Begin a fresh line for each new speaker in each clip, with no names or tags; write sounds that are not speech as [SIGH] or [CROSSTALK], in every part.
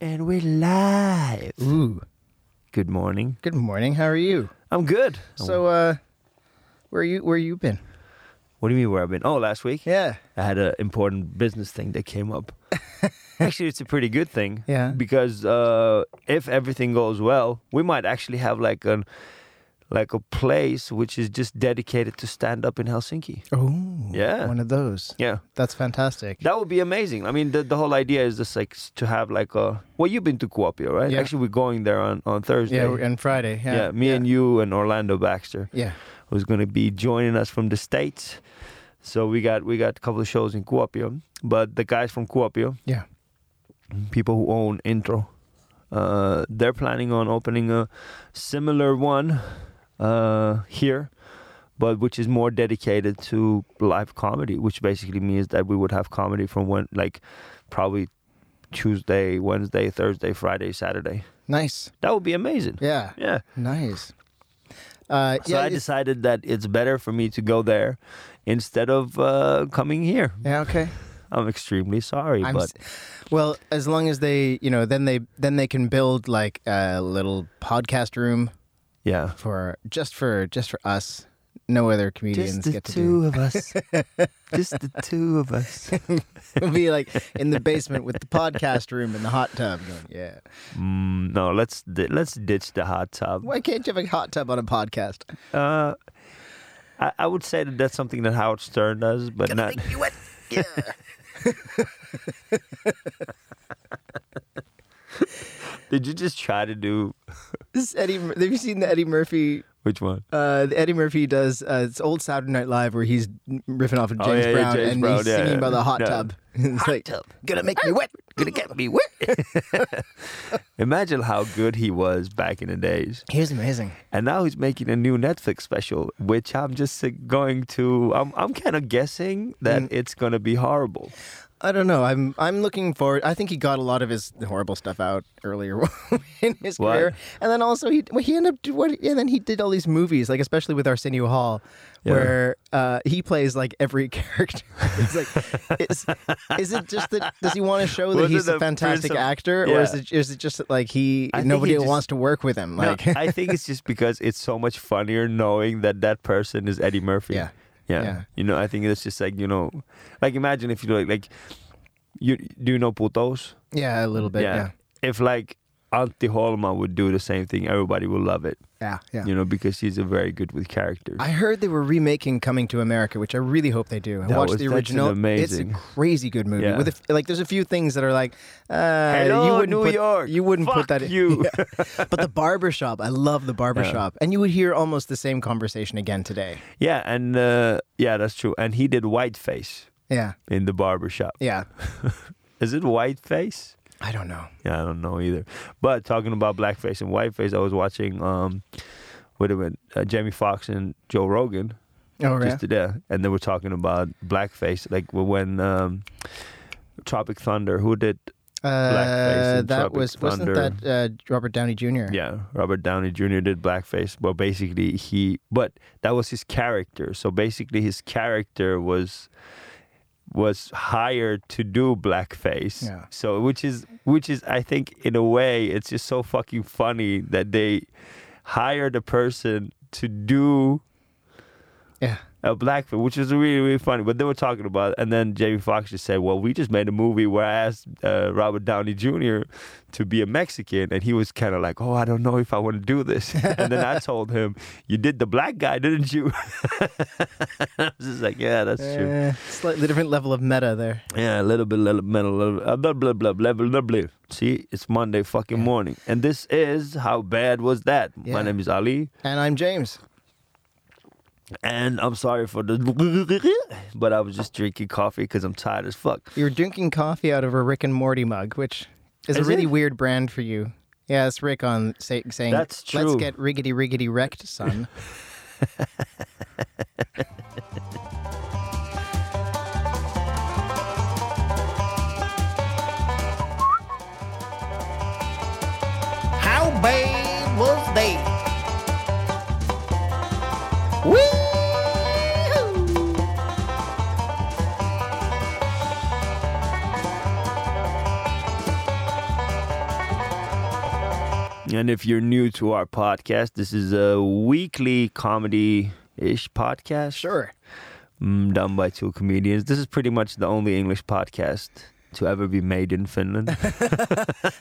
And we're live.
Ooh.
Good morning.
Good morning. How are you?
I'm good.
So, uh, where you where you been?
what do you mean where I've been? Oh, last week?
Yeah.
I had an important business thing that came
[LAUGHS]
up. actually, it's a pretty good thing.
Yeah.
Because uh, if everything goes well, we might actually have like an like a place which is just dedicated to stand up in Helsinki.
Oh,
Yeah.
One of those.
Yeah.
That's fantastic.
That would be amazing. I mean, the, the whole idea is just like s- to have like a. Well, you've been to Kuopio, right?
Yeah.
Actually, we're going there on, on Thursday.
yeah, and Friday. Yeah.
Yeah, me and you and Orlando Baxter,
Yeah.
who's going to be joining us from the states. So we got we got a couple of shows in Kuopio, but the guys from Kuopio,
Yeah.
people who own Intro, uh, they're planning on opening a similar one uh, here, but which is more dedicated to live comedy, which basically means that we would have comedy from when like probably Tuesday, Wednesday, Thursday, Friday, Saturday.
Nice.
That would be amazing.
Yeah.
yeah.
Nice. Uh,
So
yeah,
I
you-
decided that it's better for me to go there instead of uh, coming here.
Yeah. Okay.
I'm extremely sorry,
I'm
but
s- well, as long as they, you know, then they then they can build like a little podcast room
yeah.
for just for just for us. No other comedians
Just the
get to
two of
[LAUGHS]
us. Just the two of us.
[LAUGHS] do. We'll be like in the basement with the podcast room and the hot tub. Going, yeah.
Mm, no, let's di- let's ditch the hot tub.
Why can't you have a hot tub on a podcast?
Uh, I, I would say that that's something that Howard Stern does, but not. [LAUGHS] Did you just try to do
This Eddie, have you seen the Eddie Murphy?
which one?
Uh, the Eddie Murphy does uh, it's old Saturday Night Live where he's riffing off of James
Oh, yeah, yeah,
Brown
James
and
Brown,
he's
yeah,
singing
yeah.
about the hot
Yeah.
tub. [LAUGHS] it's hot like,
tub.
gonna make me wet.
Gonna get me wet. [LAUGHS] Imagine how good he was back in the days.
He was amazing.
and now he's making a new Netflix special, which I'm just uh, going to. I'm I'm kind of guessing that it's gonna be horrible.
I don't know. I'm I'm looking forward. I think he got a lot of his horrible stuff out earlier [LAUGHS] in his
What?
career, and then also he well, he ended up do- what? And then he did all these movies, like especially with Arsenio Hall, where uh, he plays like every [LAUGHS] character. it's like, is, is it just that? Does he want to show that
Was it
he's
the
a fantastic
Prince of-
actor, or is
Yeah.
it is it just that, like he
I think
nobody
he just-
wants to work with him?
No,
Like, [LAUGHS]
I think it's just because it's so much funnier knowing that that person is Eddie Murphy.
Yeah.
yeah.
Yeah.
You know, I think it's just like you know, like imagine if you like like you do you know putos?
yeah, a little bit. Yeah,
If like Auntie Holma would do the same thing, everybody would love it.
yeah, yeah.
You know, because she's a very good with characters.
I heard they were remaking Coming to America, which I really hope they do. I
That
watched
was-
the
that's an
original.
amazing-
It's a crazy good movie.
Yeah.
With a f like, there's a few things that are like, uh,
Hello,
you wouldn't
New
put,
York.
You wouldn't
Fuck
put that in.
you.
[LAUGHS] Yeah. But the barbershop, I love the barbershop, and you would hear almost the same conversation again today.
yeah, and uh, yeah, that's true. And he did Whiteface
Yeah,
in the barbershop.
yeah.
Is it whiteface?
I don't know.
Yeah, I don't know either. But talking about blackface and whiteface, I was watching um, wait a minute, uh, Jamie Foxx and Joe Rogan
Oh, yeah.
just today, and they were talking about blackface, like when um, Tropic Thunder, who did blackface
uh,
and
that
Tropic
was wasn't
Thunder.
that uh, Robert Downey Jr.
yeah Robert Downey Jr. did blackface, but basically he, but that was his character. So basically, his character was was hired to do blackface.
Yeah.
So which is which is I think in a way it's just so fucking funny that they hired a person to do
yeah.
a blackface, which is really really funny. But they were talking about, it. and then Jamie Foxx just said, "Well, we just made a movie where I asked uh, Robert Downey Jr. to be a Mexican, and he was kind of like, oh, I don't know if I want to do this.' and then I told him, you did the black guy, didn't you?' [LAUGHS] I was just like, yeah, that's true.
Eh, slightly different level of meta there.
Yeah, a little bit, little metal, little, uh, blah blah blah blah blah blah blah. See, it's Monday fucking morning, and this is how bad was that?
Yeah.
My name is Ali,
And I'm James.
and I'm sorry for the, [LAUGHS] but I was just drinking coffee because I'm tired as fuck."
You're drinking coffee out of a Rick and Morty mug, which is,
Is
a really
it?
weird brand for you. Yeah, it's Rick on say, saying,
That's
Let's
true.
get riggedy riggedy wrecked,
[LAUGHS]
son. How bad was they? Woo!
And if you're new to our podcast, this is a weekly comedy ish podcast.
Sure.
Mm, done by two comedians. This is pretty much the only English podcast to ever be made in
[LAUGHS]
Finland.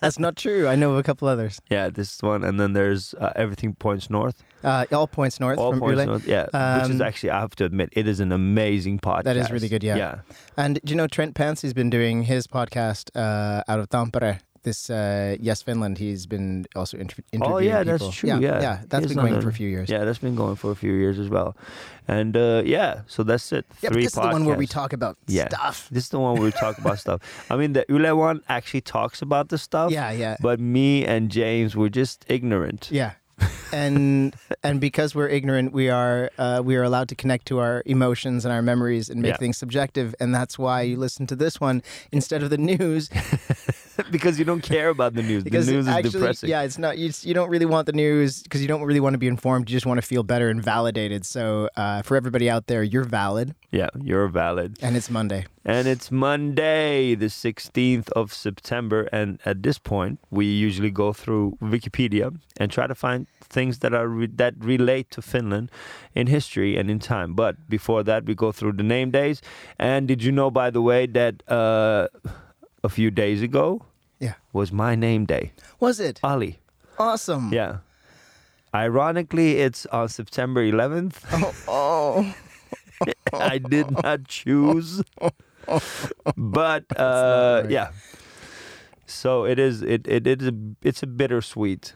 That's not true. I know of a couple others.
yeah, this one. And then there's uh, Everything Points North.
Uh, all points north
All
from
Points
Ule.
North. Yeah. which is
Um,
actually, I have to admit, it is an amazing podcast.
That is really good, yeah.
Yeah.
And do you know Trent Pancy's been doing his podcast uh, out of Tampere? This uh, Yes Finland. He's been also inter- interviewing
Oh, yeah,
people.
that's true,
Yeah,
yeah.
yeah that's
He's
been
not
going
done-
for a few years.
Yeah, that's been going for a few years as well. And uh, yeah, so that's it.
Yeah, but
Three
this is the one where we
podcasts.
talk about
Yeah.
stuff.
This is the one where we talk about stuff. I mean, the Ule one actually talks about the stuff.
Yeah, yeah,
But me and James were just ignorant.
yeah. and [LAUGHS] and because we're ignorant, we are uh, we are allowed to connect to our emotions and our memories and make
Yeah.
things subjective. And that's why you listen to this one instead of the news
[LAUGHS] because you don't care about the news.
because
the news is
actually,
depressing.
yeah, it's not. You, you don't really want the news because you don't really want to be informed. You just want to feel better and validated. So uh, for everybody out there, you're valid,
Yeah, you're valid.
and it's Monday.
And it's Monday, the 16th of September. And at this point, we usually go through Wikipedia and try to find things that are re- that relate to Finland in history and in time. But before that, we go through the name days. And did you know, by the way, that uh, a few days ago
Yeah,
was my name day?
was it
Ali.
awesome?
Yeah. Ironically, it's on September 11th.
Oh, oh.
[LAUGHS] I did not choose. [LAUGHS] But uh,
right.
yeah. So it is it, it it is a it's a bittersweet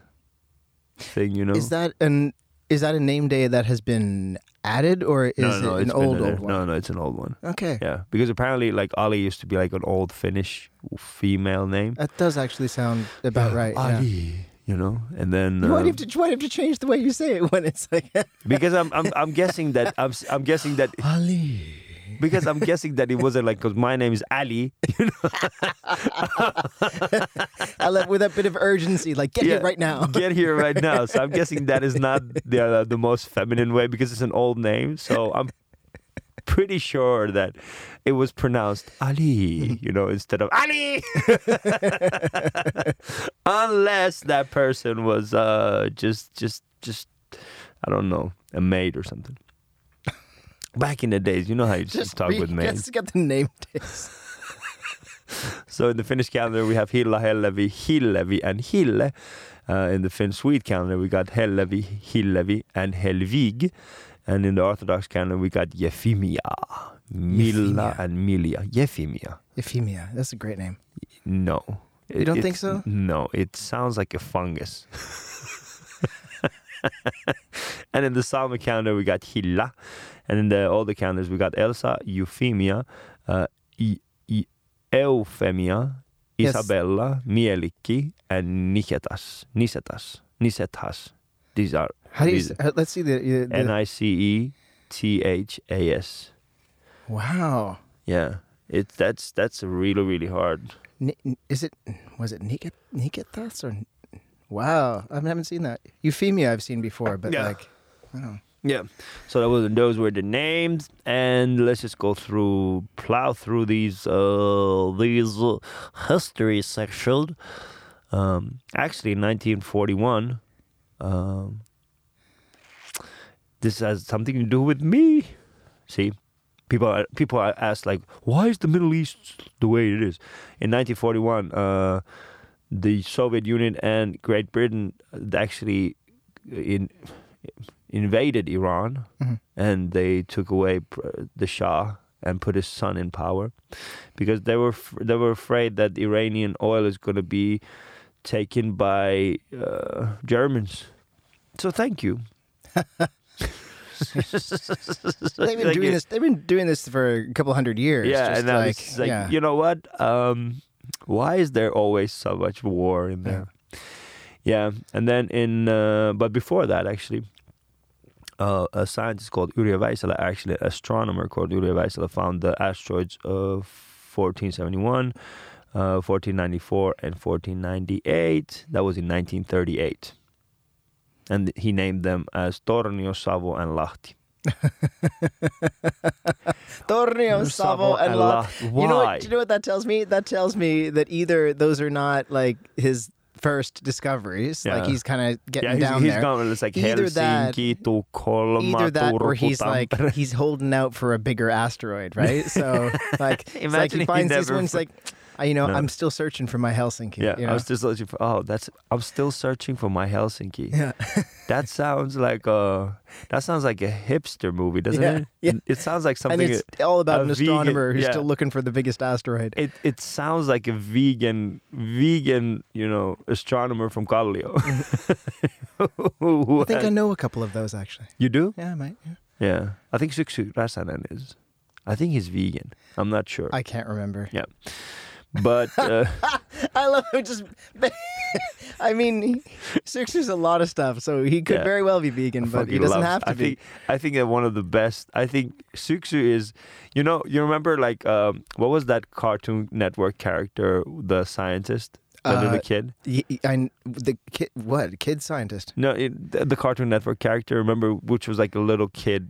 thing, you know.
is that an is that a name day that has been added or is
no, no,
it an
it's been
old
there.
old one?
No, no, it's an old one.
Okay,
Yeah, because apparently, like Ali used to be like an old Finnish female name.
that does actually sound about right. yeah.
Ali, you know, and then
You might
um,
have to you might have to change the way you say it when it's like [LAUGHS]
because I'm I'm I'm guessing that I'm s- I'm guessing that
Ali.
because I'm guessing that it wasn't like because my name is Ali.
I love with a bit of urgency, like get
Yeah,
it right now.
Get here right now. So I'm guessing that is not the uh, the most feminine way because it's an old name. So I'm pretty sure that it was pronounced Ali, you know, instead of Ali. [LAUGHS] Unless that person was uh, just just just I don't know a maid or something. Back in the days, you know how you just, talk
re-
with maids.
[LAUGHS] Just get the name [LAUGHS] days.
So in the Finnish calendar, we have Hilla, Hellevi, Hillevi, and Hille. Uh, in the Finn Swede calendar, we got Hellevi, Hillevi, and Helvig. And in the Orthodox calendar, we got Yefimia, Milla,
Yefimia.
and Milia. Yefimia.
Euphemia. That's a great name.
No.
You don't think so?
No, it sounds like a fungus. [LAUGHS] and in the Psalm calendar, we got Hilla. And in the older calendars, we got Elsa, Euphemia, uh, I, I, Euphemia,
Yes.
Isabella, Mielikki, and Nicetas. Nicetas. Nicetas. These are
How do you?
these-
s- uh, let's see the. the, the-
N I C E T H A S.
wow.
Yeah. It, that's that's really really hard.
Ni- n- is it? Was it Niket Niketas or? Wow, I haven't seen that. Euphemia I've seen before, but
Yeah. [LAUGHS]
like, wow.
Yeah. So that was those were the names, and let's just go through plow through these uh these uh, history section. Um, actually, 1941. Um, this has something to do with me. See, people are, people are asked like, why is the Middle East the way it is? In 1941, uh, the Soviet Union and Great Britain uh, actually in invaded Iran
Mhm.
and they took away pr- uh, the Shah and put his son in power because they were f- they were afraid that Iranian oil is going to be taken by uh, Germans. So thank you. [LAUGHS]
they've been
Like,
doing this. They've been doing this for a couple hundred years.
Yeah,
just
and now
like,
it's just like
yeah.
you know what? Um, why is there always so much war in there? Yeah, and then in uh, but before that actually, uh, a scientist called Uri Weissela, actually an astronomer called Uri Weissela, found the asteroids of 1471, uh, 1494, and 1498. That was in 1938, and he named them as Tornio, Savo, and Lahti.
Tornio, Savo, and Lahti.
Lahti. Why?
You know what? You know what that tells me? That tells me that either those are not like his first discoveries. Like
Yeah.
he's kind of getting
Yeah, he's,
down
he's
there.
gone. It's like
Either that-
Helsinki to Kolma
Either that,
to
or he's like
Rokutam.
he's holding out for a bigger asteroid, right?
[LAUGHS]
So like, it's like
Imagine
he
he
finds these
never-
ones like, I- you know,
No.
I'm still searching for my
[LAUGHS]
Helsinki.
yeah,
you
I
know?
was just searching for. Oh, that's. I'm still searching for my Helsinki.
[LAUGHS] [LAUGHS] yeah.
That sounds like a. That sounds like a hipster movie, doesn't
Yeah,
it?
yeah.
It sounds like
and
something.
it's all about
a
an
vegan-
astronomer who's
yeah.
still looking for the biggest asteroid.
it it sounds like a vegan vegan you know astronomer from Galileo.
[LAUGHS] I
[LAUGHS]
think I know a couple of those actually.
you do?
Yeah, I might. Yeah.
Yeah, I think Suksuk Rasanen is. I think he's vegan. I'm not sure,
I
[LAUGHS]
can't remember. [LAUGHS]
but uh,
I love it. Just, [LAUGHS] I mean, Six is a lot of stuff, so he could
Yeah.
very well be vegan, but he
fucking
doesn't
loves-
have to
I
be.
Think, I think that one of the best. I think Suksu is, you know, you remember like um, what was that Cartoon Network character, the scientist, the
Uh,
little kid?
Y- y- I- the kid, what kid scientist?
No, it, the, the Cartoon Network character. Remember, which was like a little kid.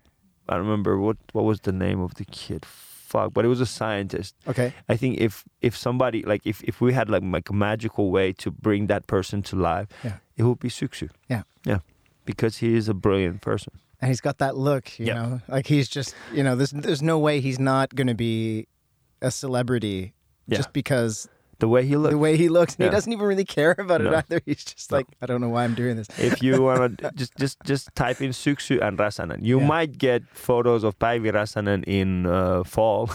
I don't remember what what was the name of the kid. Fuck, but it was a scientist.
Okay,
I think if if somebody like if if we had like like a magical way to bring that person to life,
Yeah.
it would be Suksu.
Yeah.
yeah, because he is a brilliant person.
and he's got that look, you
Yep.
know, like he's just, you know, there's there's no way he's not going to be a celebrity
Yeah.
just because
The way he looks.
the way he looks. and He
Yeah.
doesn't even really care about it
No.
either. He's just
No.
like, I don't know why I'm doing
[LAUGHS]
this.
if you want to just just just type in Suksu and Rasanen, you
Yeah.
might get photos of Päivi Rasanen in uh, fall.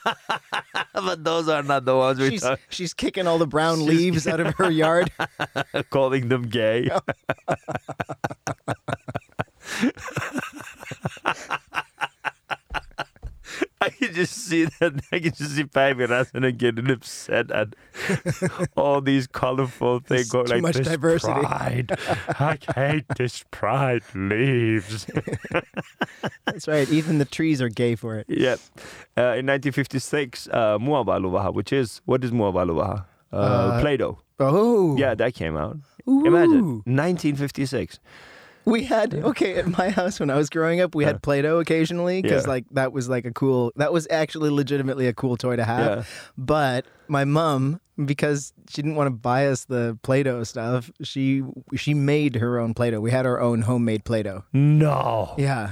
[LAUGHS] but those are not the ones we
She's
are
she's kicking all the brown
She's-
leaves out of her yard.
[LAUGHS] calling them [LAUGHS] gay. I can just see that. I can just see Päivi Rasanen getting upset at all these colorful things.
It's
going
too
like,
much
"This
diversity."
Pride. I hate this pride leaves.
That's right. Even the trees are gay for it.
Yeah. Uh, in 1956, uh, Muabaluwaha, which is, what is Muabaluwaha? Uh,
Uh,
Play-Doh.
Oh,
Yeah, that came out.
Ooh.
Imagine, 1956.
We had okay at my house when I was growing up. We had Play-Doh occasionally because
Yeah.
like that was like a cool. That was actually legitimately a cool toy to have.
Yeah.
But my mom, because she didn't want to buy us the Play-Doh stuff, she she made her own Play-Doh. We had our own homemade Play-Doh.
No.
Yeah,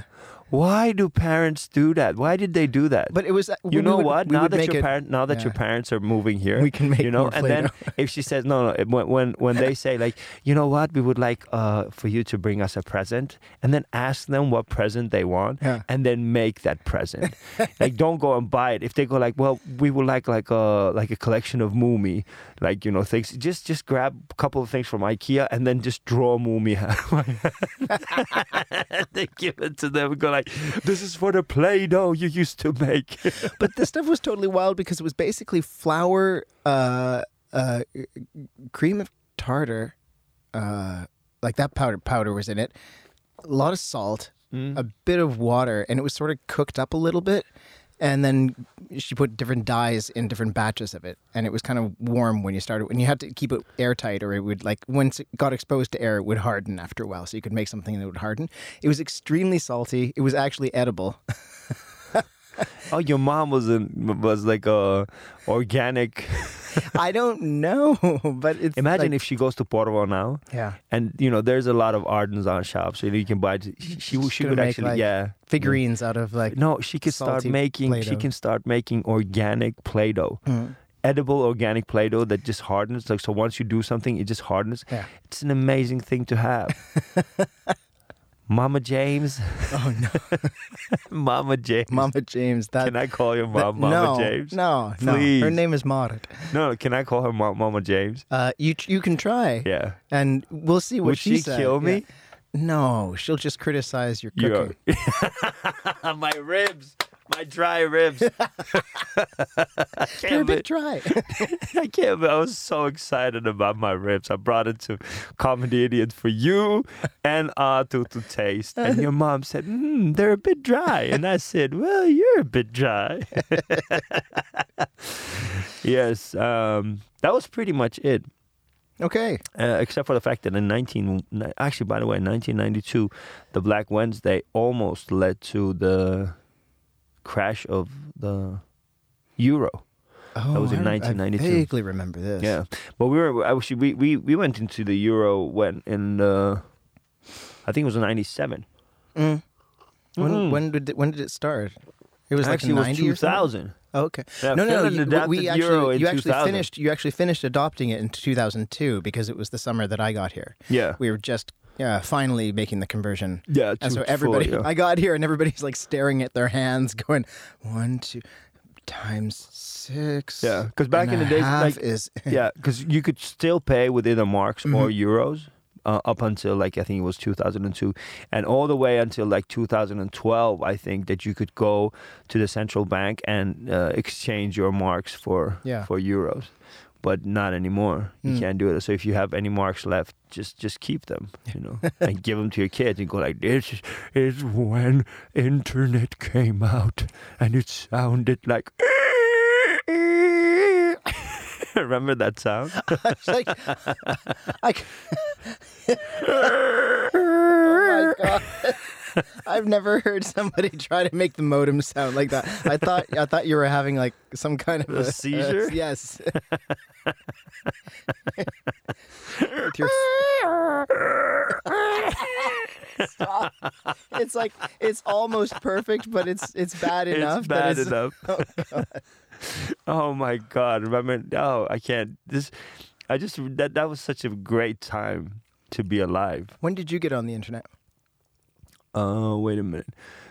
Why do parents do that? Why did they do that?
but it was uh, we
you know
would-
what?
we
Now
would
that
make
your
it-
parent, now that your
yeah.
parents are moving here,
We can make
you know.
more
and then [LAUGHS] if she says no, no, it- when when when they say like, you know what, we would like uh, for you to bring us a present, and then ask them what present they want,
Yeah.
and then make that
[LAUGHS]
present. like, don't go and buy it. If they go like, well, we would like like a like a collection of Moomy, like you know things. Just just grab a couple of things from IKEA and then just draw Moomy. [LAUGHS] they give it to them and go like, this is for the Play-Doh you used to make. [LAUGHS]
but this stuff was totally wild because it was basically flour, uh, uh, cream of tartar, uh, like that powder powder was in it. A lot of salt, a bit of water, and it was sort of cooked up a little bit. And then she put different dyes in different batches of it, and it was kind of warm when you started. And you had to keep it airtight, or it would like once it got exposed to air, it would harden after a while. So you could make something that would harden. It was extremely salty. It was actually edible.
Oh, your mom was an, was like a organic.
I don't know, [LAUGHS] but it's
Imagine if she goes to Porvo now,
if yeah
and you know there's a lot of artisan shops, you know you can buy. She she, she
gonna
could
make,
actually
like,
yeah.
figurines out of like
No, she could start
salty
making. She
Play-Doh. Hmm.
can start making organic Play-Doh, edible organic Play-Doh that just hardens. Like so, once you do something, it just hardens.
Yeah.
It's an amazing thing to
[LAUGHS]
have. Mama James,
oh no,
[LAUGHS] Mama James.
Mama James. That,
Can I call your
that-
mom Mama
no,
James?
No, no. Her
Please.
name is Marit.
no. Can I call her Ma- Mama James?
Uh, you you can try,
Yeah.
and we'll see what
Would she
said.
kill
Yeah.
me?
No, she'll just criticize your
You
cooking.
are- [LAUGHS] my ribs, my dry ribs. I
They're a
can't, be- [LAUGHS]
bit dry.
I can't. be- I was so excited about my ribs. I brought it to Comedy Idiot for you and Artu to taste. And your mom said, mm, "They're a bit dry," and I said, "Well, you're a bit dry." [LAUGHS] yes, um, that was pretty much it.
okay.
Uh, except for the fact that in 19 ni- actually by the way in 1992 the black wednesday almost led to the crash of the euro
Oh,
that was in
I rem-
1992.
I vaguely remember this.
Yeah, but we were actually we we, we went into the Euro when in uh, I think it was '97.
Mm. When
Mhm.
when did it, when did it start? It was
actually
like
it was
90 or something?
2000.
Oh, okay.
Yeah,
no, no, no.
Finland
You, we- we
adopted Euro
actually,
in
you actually
2000.
finished. You actually finished adopting it in 2002 because it was the summer that I got here.
Yeah,
We were just uh, finally making the conversion.
yeah.
And so
two- four,
everybody,
yeah.
[LAUGHS] I got here and everybody's like staring at their hands, going one, two, times six.
Yeah, because back in
and
the
a
days,
half
like
is [LAUGHS]
yeah, because you could still pay with either marks
Mm-hmm.
or euros uh, up until like I think it was 2002, and all the way until like 2012, I think that you could go to the central bank and uh, exchange your marks for
Yeah.
for euros, but not anymore. You
Mm.
can't do it. So if you have any marks left, just just keep them, you
[LAUGHS]
know, and give them to your kids and go like this is when internet came out and it sounded like. [LAUGHS] Remember that
[LAUGHS]
sound?
It's like, [LAUGHS] I,
oh
oh my god. [LAUGHS] I've never heard somebody [LAUGHS] try to make the modem sound like that. I thought I thought you were having like some kind of
A seizure?
[LAUGHS]
[LAUGHS]
yes. With your [LAUGHS] Stop. It's like it's almost perfect, but it's it's bad enough.
It's
that
bad [LAUGHS]
it's-
enough.
Oh,
Oh my god! Remember? No, I can't. This, I just that that was such a great time to be alive.
When did you get on the internet?
Uh, wait a minute.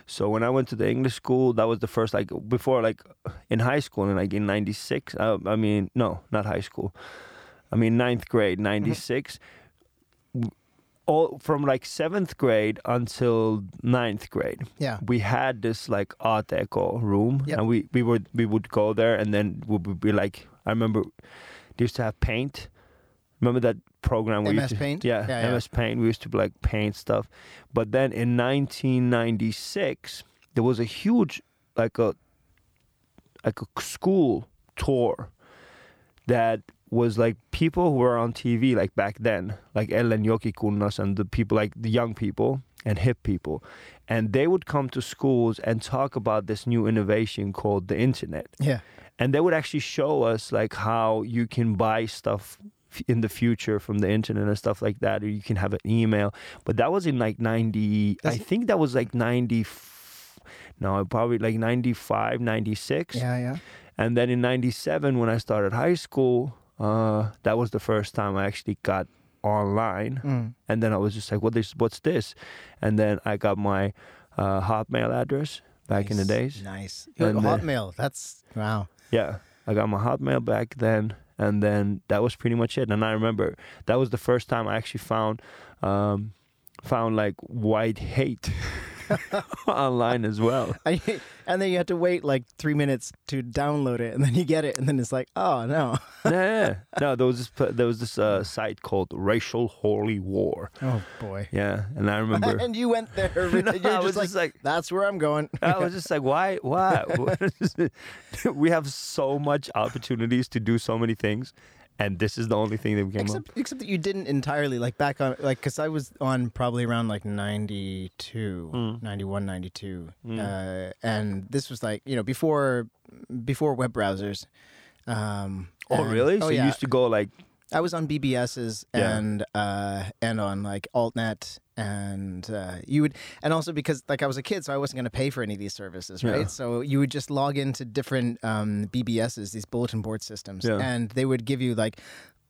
So when I went to the English school, that was the first like before like in high school and like in '96. Uh, I mean, no, not high school. I mean ninth grade, '96. All from like seventh grade until ninth grade,
Yeah.
we had this like art deco room
Yep.
and we, we would we would go there and then we would be like I remember they used to have paint. Remember that program we
MS
used to,
Paint?
Yeah,
Yeah, yeah.
MS Paint. We used to like paint stuff. But then in nineteen ninety six there was a huge like a like a school tour that was like people who were on TV like back then, like Ellen Yokikunas and the people like the young people and hip people, and they would come to schools and talk about this new innovation called the internet,
Yeah.
and they would actually show us like how you can buy stuff f- in the future from the internet and stuff like that, or you can have an email. But that was in like ninety, I
That's-
think that was like ninety. No, probably like 95, 96.
Yeah, yeah.
And then in 97, when I started high school, uh, that was the first time I actually got online.
Mm.
And then I was just like, what is, what's this? And then I got my uh, Hotmail address back in the
Nice,
days.
Nice.
And, uh,
Hotmail. That's wow.
Yeah. I got my Hotmail back then. And then that was pretty much it. And I remember that was the first time I actually found, um, found like white hate [LAUGHS] online as well.
[LAUGHS] And you- and then you have to wait like three minutes to download it, and then you get it, and then it's like, oh no.
Yeah, yeah. No, there was this, there was this uh, site called Racial Holy War.
Oh boy.
Yeah, and I remember.
[LAUGHS] and you
[LAUGHS]
went there.
No,
You're
I was
just like,
just like,
that's where I'm going.
I was just like, why, why? What is it? [LAUGHS] we have so much opportunities to do so many things, and this is the only thing that we came up.
Except, except that you didn't entirely like back on like because I was on probably around like 92,
Hmm.
91, 92. Uh, and this was like you know before before web browsers. Um,
Oh,
and-
really?
Oh,
so
yeah.
you used to go like,
I was on BBSs
Yeah.
and uh, and on like altnet and uh, you would and also because like I was a kid, so I wasn't going to pay for any of these services, right?
Yeah.
So you would just log into different um, BBSs, these bulletin board systems,
Yeah.
and they would give you like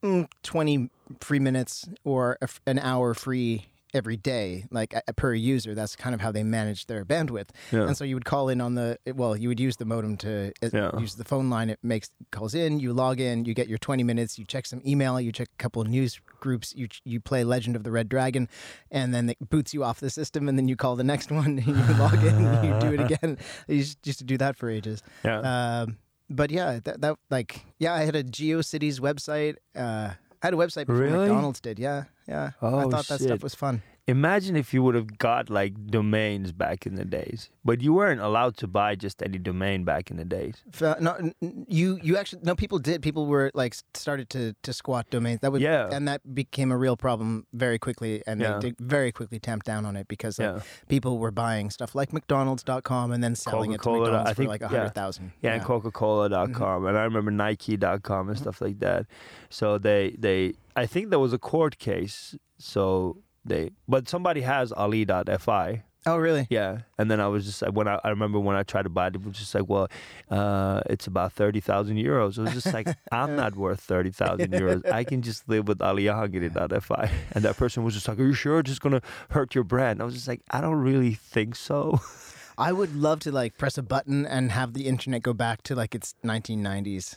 mm, twenty free minutes or a f an hour free every day like a- per user that's kind of how they manage their bandwidth
Yeah.
and so you would call in on the well you would use the modem to uh,
Yeah.
use the phone line it makes calls in you log in you get your 20 minutes you check some email you check a couple of news groups you ch- you play legend of the red dragon and then it boots you off the system and then you call the next [LAUGHS] one and you log in and you do
[LAUGHS]
it again you used used to do that for ages
yeah,
um, but yeah that, that like yeah i had a geocities website uh, i had a website before
Really?
mcdonald's did yeah yeah i
Oh,
thought that
shit.
stuff was fun
Imagine if you would have got like domains back in the days, but you weren't allowed to buy just any domain back in the days.
F- No, n- n- you you actually no. People did. People were like s- started to to squat domains. That would
Yeah.
and that became a real problem very quickly, and
Yeah.
they did very quickly tamp down on it because like,
Yeah.
people were buying stuff like McDonald's.com and then selling it to
Coca-Cola,
McDonald's
I
for
think-
like a
yeah.
hundred thousand.
Yeah, Mm-hmm. and Coca-Cola.com, and I remember Nike.com and stuff like that. So they they I think there was a court case. So they but somebody has Ali.fi.
Oh really?
Yeah, and then I was just like, when I, I remember when I tried to buy it, it was just like, well, uh, it's about thirty thousand euros. It was just
[LAUGHS]
like, I'm not worth thirty thousand euros. I can just live with Ali Ahangiri.fi. [LAUGHS] And that person was just like, Are you sure it's just gonna hurt your brand? I was just like, I don't really think so. [LAUGHS]
I would love to like press a button and have the internet go back to like its 1990s.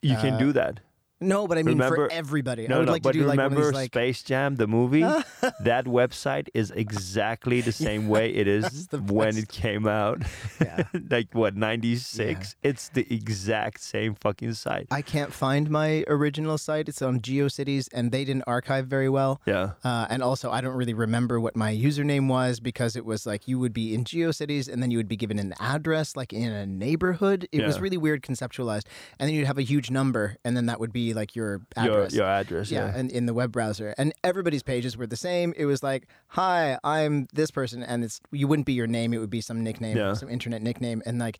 You can do that.
No, but I mean
Remember-
for everybody.
No,
Uh, I would
no,
like
but
to do like one
remember
of these like
Space Jam, the
[LAUGHS]
movie? that website is exactly the same way it
[LAUGHS]
is
the
when
best.
it came out.
Yeah.
[LAUGHS] like, what, 96? It's the exact same fucking site.
I can't find my original site. It's on GeoCities, and they didn't archive very well.
yeah.
Uh, and also, I don't really remember what my username was because it was like you would be in GeoCities and then you would be given an address like in a neighborhood. It was
Yeah.
really weird conceptualized. And then you'd have a huge number and then that would be like your
Your,
address.
your address.
yeah,
Yeah.
[LAUGHS] and in the web browser. And everybody's pages were the same. It was like, hi, I'm this person. And it's you wouldn't be your name. It would be some nickname,
Yeah.
some internet nickname. And like,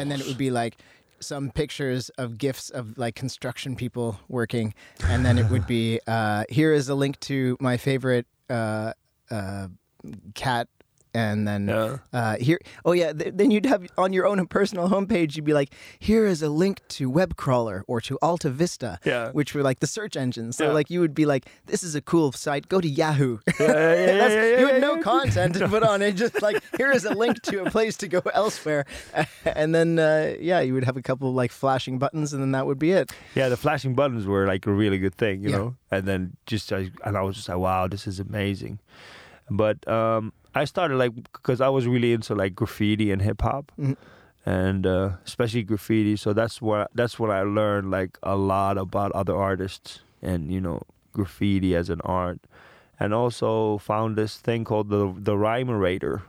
and then it would be like, some pictures of gifs of like construction people working, and then it would
[LAUGHS]
be uh, here is a link to my favorite uh, uh, cat, and then
Yeah.
uh, here oh yeah th- then you'd have on your own personal homepage you'd be like here is a link to webcrawler or to Alta Vista,
Yeah.
which were like the search engines. So
Yeah.
like you would be like this is a cool site, go to
[LAUGHS]
Yahoo. [LAUGHS]
yeah, yeah, yeah,
That's-
yeah,
you had
yeah,
no
yeah.
content to put on it.
[LAUGHS]
Just like here is a link to a place to go [LAUGHS] elsewhere, and then uh, yeah, you would have a couple like flashing buttons, and then that would be it.
Yeah, the flashing buttons were like a really good thing, you
Yeah.
know. And then just I, and I was just like, wow, this is amazing. But um, I started like because I was really into like graffiti and hip hop,
Mhm.
and uh, especially graffiti. So that's where that's when I learned like a lot about other artists and you know graffiti as an art, and also found this thing called the the Rhymerator.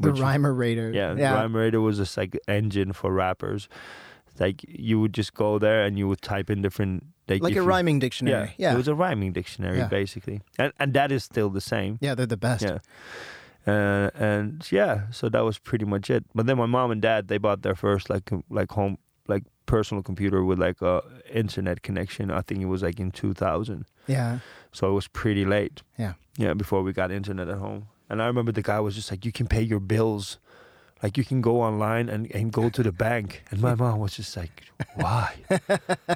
The
which-
Rhymer Raider.
yeah,
yeah.
Rhyme Raider was this like engine for rappers. Like you would just go there and you would type in different
like
if
a
you-
rhyming dictionary.
Yeah,
Yeah,
it
yeah,
was a rhyming dictionary
Yeah.
basically, and and that is still the same.
they're the best.
Yeah. Uh, and yeah, so that was pretty much it. But then my mom and dad they bought their first like com- like home like personal computer with like a internet connection. I think it was like in two thousand,
yeah.
so it was pretty late.
Yeah.
yeah, before we got internet at home. And I remember the guy was just like, "You can pay your bills." Like you can go online and, and go to the bank, and my mom was just like, "Why?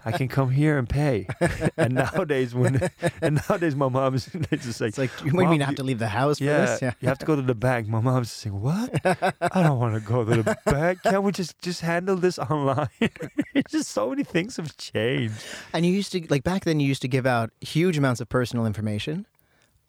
I can come here and pay." [LAUGHS] and nowadays, when [LAUGHS] and nowadays, my mom is [LAUGHS] just like,
It's like you mean
Mom,
I have
you-
to leave the house for this? Yeah.
you have to go to the bank. My mom's just saying, "What? I don't want to go to the bank. Can't we just just handle this online?" [LAUGHS] it's just so many things have changed.
And you used to like back then. You used to give out huge amounts of personal information,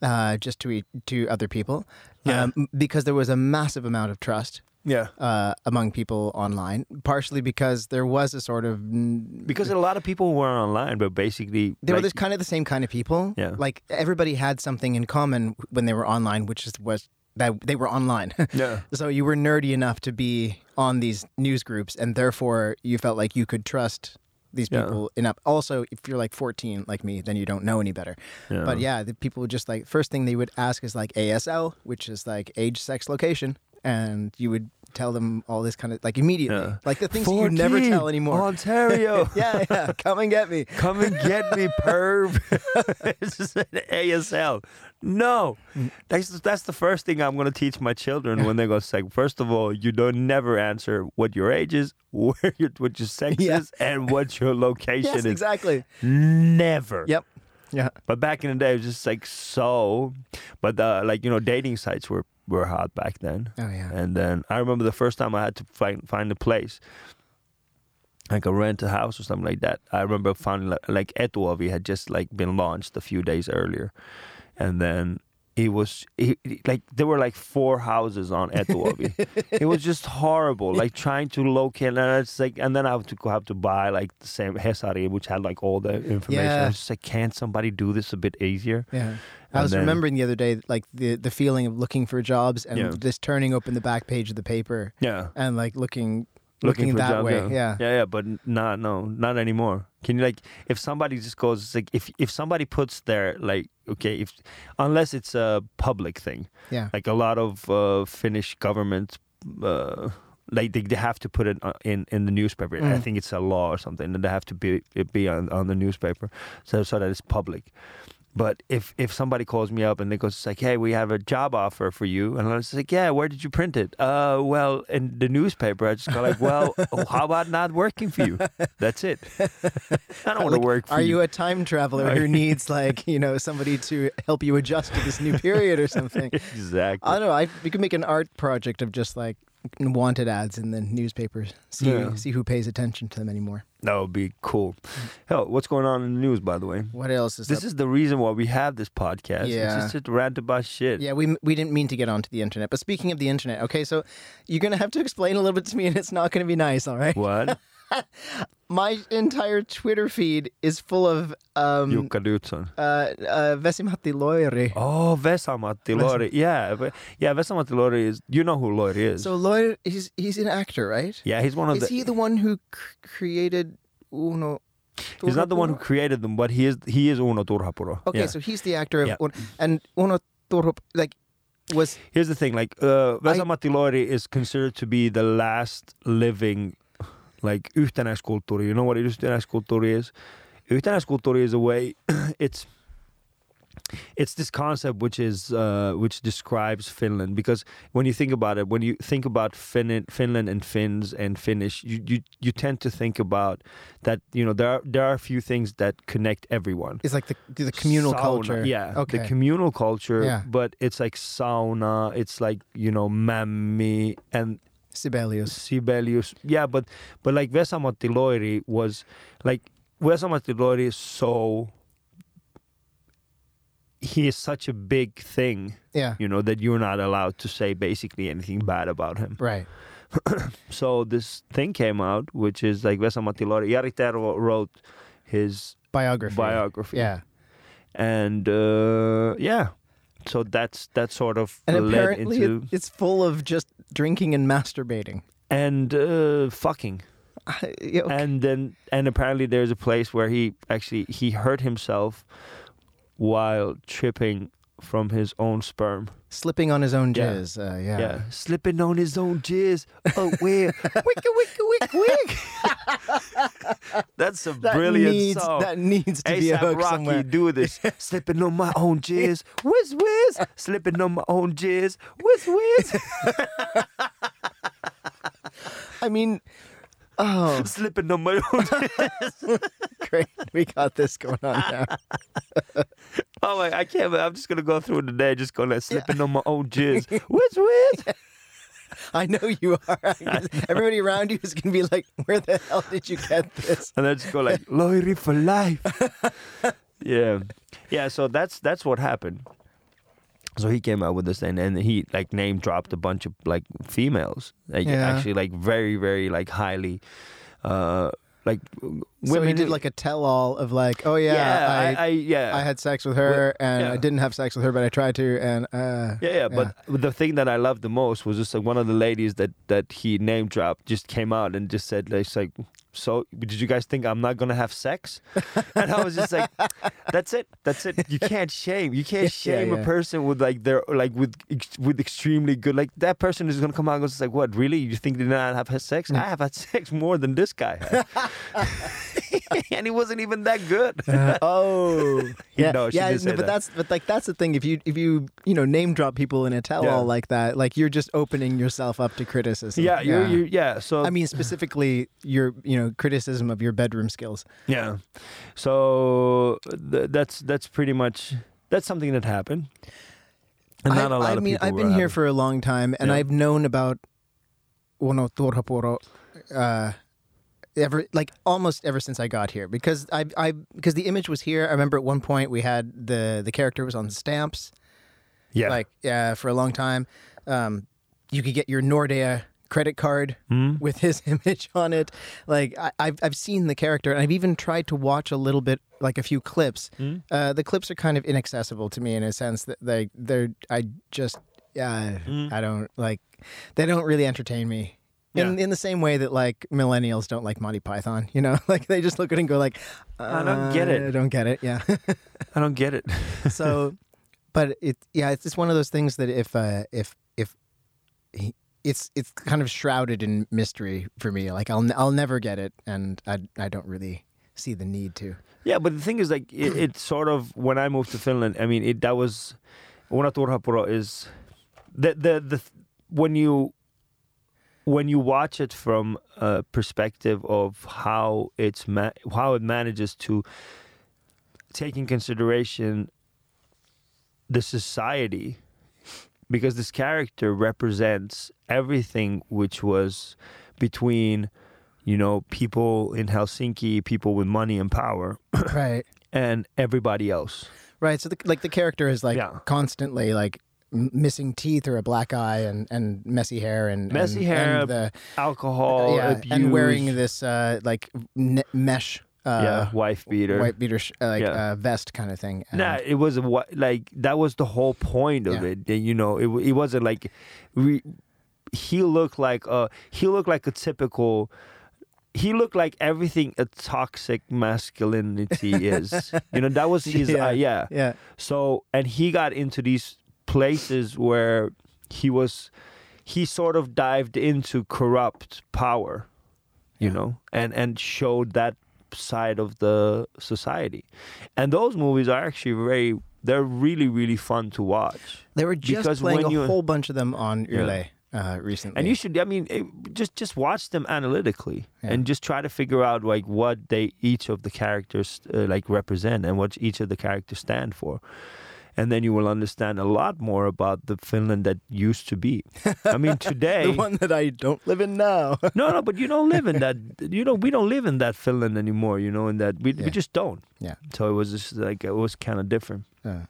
uh, just to e- to other people,
Yeah.
um, because there was a massive amount of trust
Yeah,
uh, among people online. Partially because there was a sort of mm,
because a lot of people were online, but basically,
they were
like-
this kind of the same kind of people.
Yeah.
like everybody had something in common when they were online, which is was that they were online. [LAUGHS]
yeah,
So you were nerdy enough to be on these news groups, and therefore you felt like you could trust these
Yeah.
people enough. Also, if you're like 14, like me, then you don't know any better.
Yeah.
But yeah, the people would just like first thing they would ask is like ASL, which is like age, sex, location, and you would tell them all this kind of like immediately,
Yeah.
like the things that you never
14,
tell anymore.
[LAUGHS] Ontario.
yeah, yeah, come and
[LAUGHS]
get me.
Come and get me, perv. [LAUGHS] it's just an ASL. No, that's that's the first thing I'm gonna teach my children when they go like, First of all, you don't never answer what your age is, [LAUGHS] where your what your sex
Yeah.
is, and what your location
Yes,
is.
exactly.
Never.
Yep. Yeah.
But back in the day, it was just like so. But uh, like you know, dating sites were were hot back then.
Oh yeah.
And then I remember the first time I had to find find a place, like a rent a house or something like that. I remember finding like, like Etuovi had just like been launched a few days earlier, and then it was it, it- like there were like four houses on Etuobi. it was just horrible. Like trying to locate, and it's like, and then I have to go have to buy like the same Hesari, which had like all the information. I
Yeah.
was just like, can't somebody do this a bit easier?
Yeah. I
And
was
then-
remembering the other day, like the, the feeling of looking for jobs and
Yeah.
just turning open the back page of the paper
Yeah,
and like looking looking,
for a
that
job,
way. Yeah.
yeah, yeah. But n- not no, not anymore. Can you like if somebody just goes it's like if if somebody puts their like okay if unless it's a public thing
Yeah.
like a lot of uh, Finnish government, uh, like they, they have to put it uh, in in the newspaper. I
Mm.
think it's a law or something, and they have to be it be on, on the newspaper so so that it's public. But if if somebody calls me up and they goes it's like, hey, we have a job offer for you, and I was like, yeah, where did you print it? Uh, well, in the newspaper. I just go like, well, [LAUGHS] how about not working for you? That's it. I don't want to
Like,
work. For
Are
you
you a time traveler
[LAUGHS]
who needs like, you know, somebody to help you adjust to this new period or
[LAUGHS]
something?
exactly?
I don't know. I, we could make an art project of just like wanted ads in the newspapers. See,
Yeah.
see who pays attention to them anymore.
that would be cool. Hell, what's going on in the news, by the way?
What else is
This is the reason why we have this podcast. It's
Yeah.
just to rant about shit.
Yeah, we we didn't mean to get onto the internet. But speaking of the internet, okay, so you're gonna have to explain a little bit to me, and it's not gonna be nice, all right? [LAUGHS]
What?
My entire Twitter feed is full of um
Jukka Dutson.
uh, uh Vesimatti Loiri.
Oh, Vesamatti Lori. Yeah. Ve- Yeah, Vesamatti Lori is... You know who Lori is.
So Loiri, he's he's an actor, right?
yeah, he's one of
is
the...
he the one who cr- created Uno?
he's not the one who
Turhapuro?
created them, but he is he is Uno Turhapuro.
Okay,
Yeah.
so he's the actor of
Yeah.
Uno, and Uno Turhup, like was
Here's the thing. Like, uh, Vesamatti Lori is considered to be the last living, like, yhtenäiskulttuuri. You know what yhtenäiskulttuuri is? Yhtenäiskulttuuri is a way... [CLEARS THROAT] it's... it's this concept which is uh, which describes Finland because when you think about it, when you think about Fin- Finland and Finns and Finnish, you, you you tend to think about that you know there are, there are a few things that connect everyone.
is like the the communal
Sauna,
culture.
yeah,
Okay.
the communal culture.
Yeah.
but it's like sauna, it's like you know mammi and
Sibelius.
Sibelius. Yeah, but but like Vesamatti Loiri was like Vesamatti Loiri is so he is such a big thing,
Yeah.
you know, that you're not allowed to say basically anything bad about him.
Right.
So this thing came out, which is like Vesamatti Loiri. Jari Tervo wrote his
Biography.
biography.
Yeah.
And uh, yeah. So that's that sort of
And
led
apparently,
into
it, it's full of just drinking and masturbating. [LAUGHS]
and uh, fucking.
I- yeah, okay.
and then and apparently there's a place where he actually he hurt himself while tripping from his own sperm.
Slipping on his own
Yeah.
jizz. Uh, yeah.
Yeah, slipping on his own jizz. Oh, [LAUGHS] where? wicka, wicka, [LAUGHS] wick, wick. That's a
That
brilliant
needs,
song.
That needs to be a
ASAP
hook
Rocky
somewhere.
do this. [LAUGHS] Slipping on my own jizz. Whiz whiz. [LAUGHS] Slipping on my own jizz. Whiz [LAUGHS] whiz.
I mean, [LAUGHS] oh,
Slipping on my own
great. We got this going on
[LAUGHS]
now.
Oh, I, I can't. I'm just gonna go through the day, just gonna slipping on my
[LAUGHS]
own jizz. Whiz whiz.
I know you are. [LAUGHS] Everybody around you is going to be like, where the hell did you get this?
and I just go
[LAUGHS]
like Loiri for life. yeah, yeah. So that's that's what happened. So he came out with this thing, and he like name dropped a bunch of like females, like
Yeah.
actually like very very like highly, uh, like women.
so he did like a tell all of like, oh, yeah,
yeah, I, I, yeah.
I had sex with her and
yeah.
I didn't have sex with her, but I tried to. And uh,
yeah, yeah, but the thing that I loved the most was just like one of the ladies that that he name dropped just came out and just said like, it's like so did you guys think I'm not gonna have
[LAUGHS]
sex? And I was just like, that's it, that's it. You can't shame, you can't
Yeah, yeah,
shame a
yeah.
person with like their like with ex- with extremely good like that person is gonna come out and go it's like what really you think they did not have had
Mm.
sex? I have had sex more than this guy,
[LAUGHS]
had." [LAUGHS] and he wasn't even that good.
Uh, oh, yeah,
No, she
yeah,
did say
but
that.
that's but like that's the thing. If you if you you know name drop people in a tell all
Yeah.
like that, like you're just opening yourself up to
[LAUGHS]
criticism.
Yeah, you you yeah. So
I mean specifically your you know criticism of your bedroom skills.
Yeah. So th- that's that's pretty much that's something that happened. And not
I,
a lot
I
of
mean,
people
I've
were
been here
happy.
for a long time, and
Yeah.
I've known about Uno Turhapuro, uh ever like almost ever since I got here because I I because the image was here. I remember at one point we had the the character was on stamps.
Yeah.
like uh, for a long time. Um, you could get your Nordea credit card
Mhm.
with his [LAUGHS] image on it. Like I, I've I've seen the character, and I've even tried to watch a little bit, like a few clips.
Hmm?
Uh, the clips are kind of inaccessible to me in a sense that they they're I just uh,
Hmm?
I don't like they don't really entertain me. In,
Yeah.
in the same way that like millennials don't like Monty Python, you know, [LAUGHS] like they just look at it and go like, "Uh,
I don't get it.
I don't get it. Yeah.
[LAUGHS]
[LAUGHS]
I don't get it.
so
[LAUGHS]
but it yeah it's just one of those things that if uh if if he, it's it's kind of shrouded in mystery for me like i'll i'll never get it and i i don't really see the need
[COUGHS]
to
Yeah, but the thing is, like, it, it sort of when I moved to Finland, I mean, it that was Unaturhapuro is the the the when you when you watch it from a perspective of how it's ma- how it manages to take in consideration the society because this character represents everything which was between you know people in Helsinki people with money and power
right
and everybody else.
right so the, like the character is like
Yeah.
constantly like m- missing teeth or a black eye and and messy hair and
Messy
and-
hair,
and the
Alcohol
yeah
abuse,
and wearing this uh like ne- mesh uh
yeah, wife beater.
white beater sh- uh, like
Yeah.
uh, vest kind of thing and-
Nah, it was a, wa- like that was the whole point of
Yeah.
it. that, You know, it w- it wasn't like we, he looked like a he looked like a typical. He looked like everything a toxic masculinity is. You know, that was his
[LAUGHS] Yeah.
uh, yeah.
yeah
So, and he got into these places where he was, he sort of dived into corrupt power, you know, and and showed that side of the society. And those movies are actually very, they're really really fun to watch.
They were just
Because
playing
when
a
you-
whole bunch of them on
Yeah.
Ule uh, recently.
And you should, I mean, it, just just watch them analytically
Yeah.
and just try to figure out like what they each of the characters uh, like represent and what each of the characters stand for. And then you will understand a lot more about the Finland that used to be. I
[LAUGHS]
mean, today,
[LAUGHS] the one that I don't live in
[LAUGHS]
now. [LAUGHS]
no, no, but you don't live in that. You know, we don't live in that Finland anymore. You know, in that we
Yeah.
we just don't.
Yeah.
So it was just like it was kind of different.
Uh,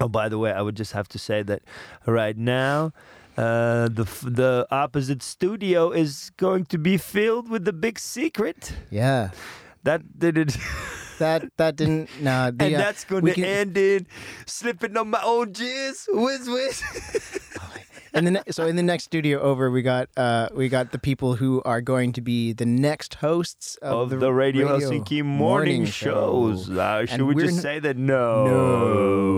Oh, by the way, I would just have to say that right now, uh, the f- the opposite studio is going to be filled with the big secret
yeah,
that did
[LAUGHS]
it,
that that didn't.
[LAUGHS]
No, the,
and
uh,
that's going
we
to
can-
end in slipping on my own jizz. Whiz whiz.
And the ne- so in the next studio over, we got uh, we got the people who are going to be the next hosts of,
Of the, Radio, Helsinki morning,
show.
shows. Uh, should
And
we
we're
just
n-
say that no?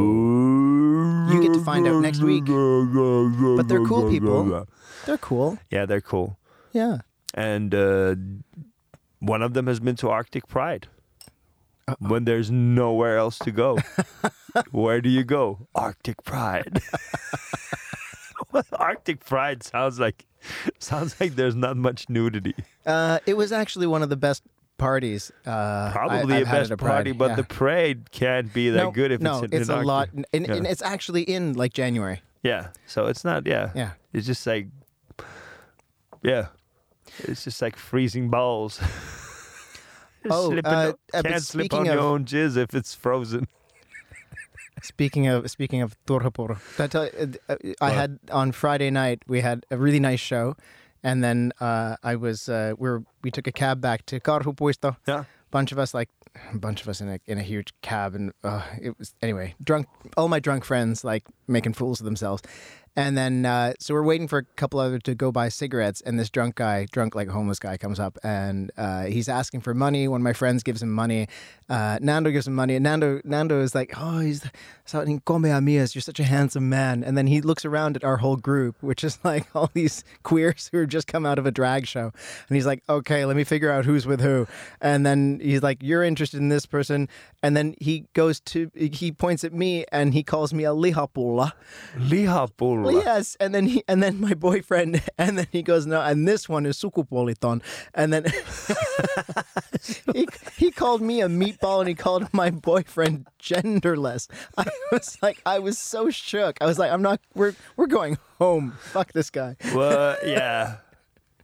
No. You get to find out next week.
But
they're cool people. They're cool.
Yeah, they're cool.
Yeah.
and uh, one of them has been to Arctic Pride. When there's nowhere else to
[LAUGHS]
go, where do you go? Arctic Pride. [LAUGHS] Arctic Pride sounds like sounds like there's not much nudity.
Uh, it was actually one of the best parties. Uh,
Probably
I,
a
I've had
best
at a Pride.
party, but
Yeah.
the parade can't [LAUGHS] be that
no,
good if
no,
it's in,
it's
in
a
Arctic.
lot, and, and
Yeah.
it's actually in like January.
Yeah, so it's not. Yeah,
Yeah.
It's just like, yeah, it's just like freezing balls. [LAUGHS] Just
Oh,
slipping
uh,
on-
uh, but
can't slip
speaking
on your
of-
own jizz if it's
[LAUGHS]
frozen.
Speaking of speaking of Turhapur, did I tell you, uh, uh, I had on Friday night we had a really nice show, and then uh, I was uh, we were, we took a cab back to Karhupuisto.
Yeah.
bunch of us like a bunch of us in a in a huge cab, and uh, it was anyway drunk. All my drunk friends like making fools of themselves, and then uh, so we're waiting for a couple other to go buy cigarettes, and this drunk guy, drunk like homeless guy, comes up and uh, he's asking for money. One of my friends gives him money. Uh, Nando gives him money, and Nando Nando is like, oh, he's something come a mias. You're such a handsome man. And then he looks around at our whole group, which is [LAUGHS] like all these queers who have just come out of a drag show, and he's like, okay, let me figure out who's with who. And then he's like, you're interested in this person, and then he goes to he points at me and he calls me a lihapula.
Lihapulla.
Well, yes, and then he, and then my boyfriend, [LAUGHS] and then he goes no, and this one is sukupoliton, and then [LAUGHS] he, he called me a meatball, and he called my boyfriend genderless. I was like, I was so shook. I was like, I'm not. We're we're going home. Fuck this guy. [LAUGHS]
Well, yeah.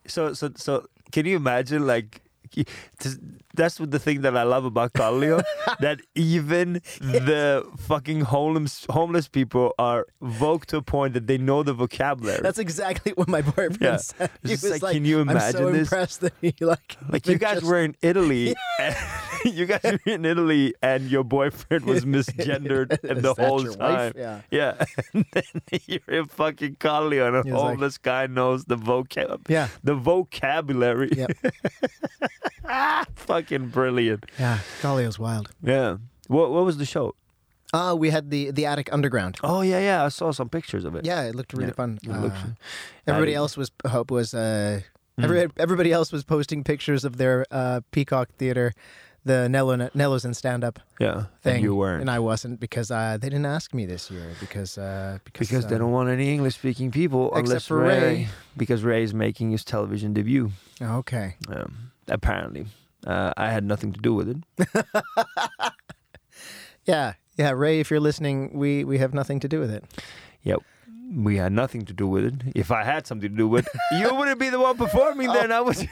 So, so, so, can you imagine like he- t- that's what the thing that I love about
[LAUGHS]
Carlio. that even the fucking homeless homeless people are vogue to a point that they know the vocabulary.
That's exactly what my boyfriend
Yeah.
said.
It's
He
just
was
like, can you
I'm so
imagine this?"
impressed that he like
[LAUGHS] like you guys
just- [LAUGHS]
were in Italy. and [LAUGHS] you guys were in Italy, and your boyfriend
[LAUGHS]
was misgendered
Is
the
that
whole
your
time.
wife? Yeah.
Yeah, [LAUGHS] and then you're in fucking Carlio, and a
He was like-
homeless guy knows the vocab.
Yeah.
the vocabulary.
Yep.
[LAUGHS] fucking brilliant.
Yeah. Galio's wild.
Yeah. What What was the show?
Ah, we had the the attic underground.
Oh yeah, yeah. I saw some pictures of it.
Yeah, it looked really
Yeah,
fun.
it looked-
Uh, everybody
I-
else was hope was uh,
Hmm.
every, everybody else was posting pictures of their uh, Peacock Theater, the Nello Nello's and stand up
yeah.
thing.
And you weren't
and I wasn't because uh, they didn't ask me this year because uh, because,
because they
uh,
don't want any English speaking people
Except
unless
for
Ray,
Ray.
because Ray is making his television debut.
oh, Okay,
Um, apparently, uh, I had nothing to do with it.
yeah, yeah. Ray, if you're listening, we we have nothing to do with it.
Yep. We had nothing to do with it. If I had something to do with it, you wouldn't be the one
[LAUGHS]
performing then. I was.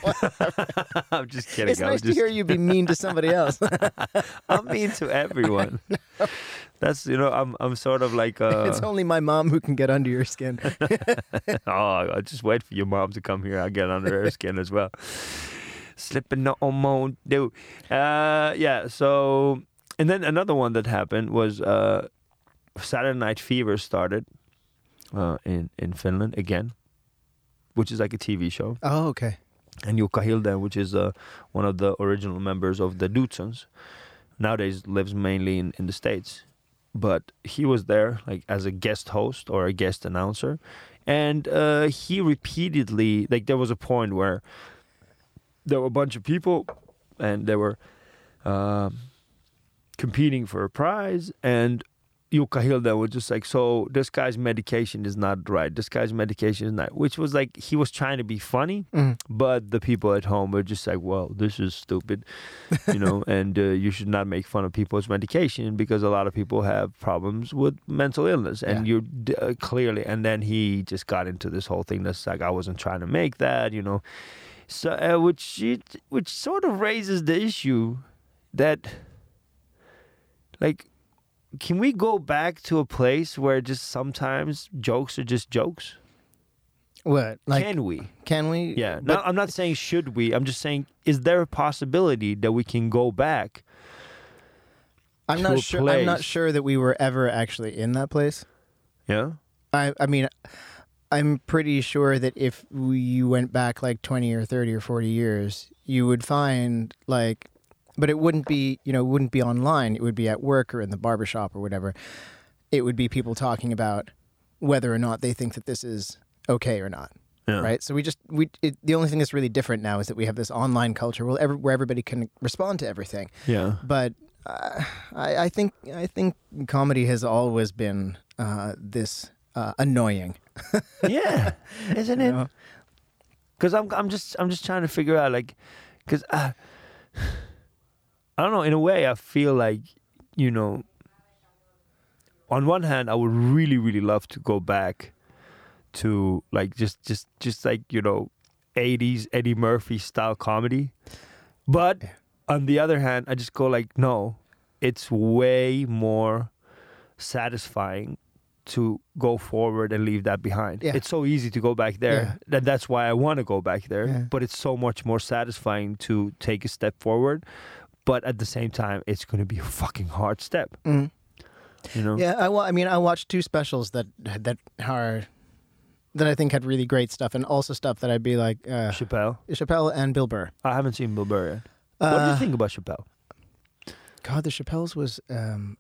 [LAUGHS] I'm just kidding.
Oh. it's
I was
nice
just,
to hear you be mean to somebody else.
[LAUGHS]
[LAUGHS]
I'm mean to everyone. That's you know I'm I'm sort of like uh,
[LAUGHS] it's only my mom who can get under
[LAUGHS]
your skin.
oh I just wait for your mom to come here. I get under her skin as well. Slipping on my own dude. Uh, yeah. So and then another one that happened was uh, Saturday Night Fever started uh, in in Finland again, which is like a TV show.
Oh, okay.
and Jukka Hilden, which is uh, one of the original members of the Dudsons, nowadays lives mainly in, in the States. But he was there like as a guest host or a guest announcer. And uh, he repeatedly, like there was a point where there were a bunch of people and they were um competing for a prize and Jukka Hilda was just like, so this guy's medication is not right. This guy's medication is not, which was like he was trying to be funny, but the people at home were just like, well, this is stupid, you know, and uh, you should not make fun of people's medication because a lot of people have problems with mental illness, and
Yeah.
you d- uh, clearly. And then he just got into this whole thing that's like, I wasn't trying to make that, you know, so uh, which it, which sort of raises the issue that like can we go back to a place where just sometimes jokes are just jokes?
What? Like, can,
can we?
we?
Yeah. no, I'm not saying should we. I'm just saying is there a possibility that we can go back?
I'm
to a
not sure. I'm not
place.
sure that we were ever actually in that place.
Yeah.
I I mean, I'm pretty sure that if we- you went back like 20 or 30 or 40 years, you would find like, but it wouldn't be you know it wouldn't be online. It would be at work or in the barber shop or whatever. It would be people talking about whether or not they think that this is okay or not.
Yeah.
Right. So we just we it, the only thing that's really different now is that we have this online culture where every, where everybody can respond to everything
Yeah.
but uh, I, I think I think comedy has always been uh, this uh, annoying.
yeah. [LAUGHS] Isn't
you
it?
know?
Cuz I'm I'm just I'm just trying to figure out like cuz I, [SIGHS] I don't know in a way I feel like you know on one hand I would really really love to go back to like just just just like you know 80s Eddie Murphy style comedy but on the other hand I just go like no it's way more satisfying to go forward and leave that behind.
Yeah.
It's so easy to go back there. That that's why I want to go back there,
Yeah.
but it's so much more satisfying to take a step forward. But at the same time, it's going to be a fucking hard step.
Mm.
You know?
Yeah, I, wa- I mean, I watched two specials that that are that I think had really great stuff, and also stuff that I'd be like uh,
Chappelle.
Chappelle and Bill Burr.
I haven't seen Bill Burr yet. what do you
Uh,
think about Chappelle?
God, the Chappelle's was um,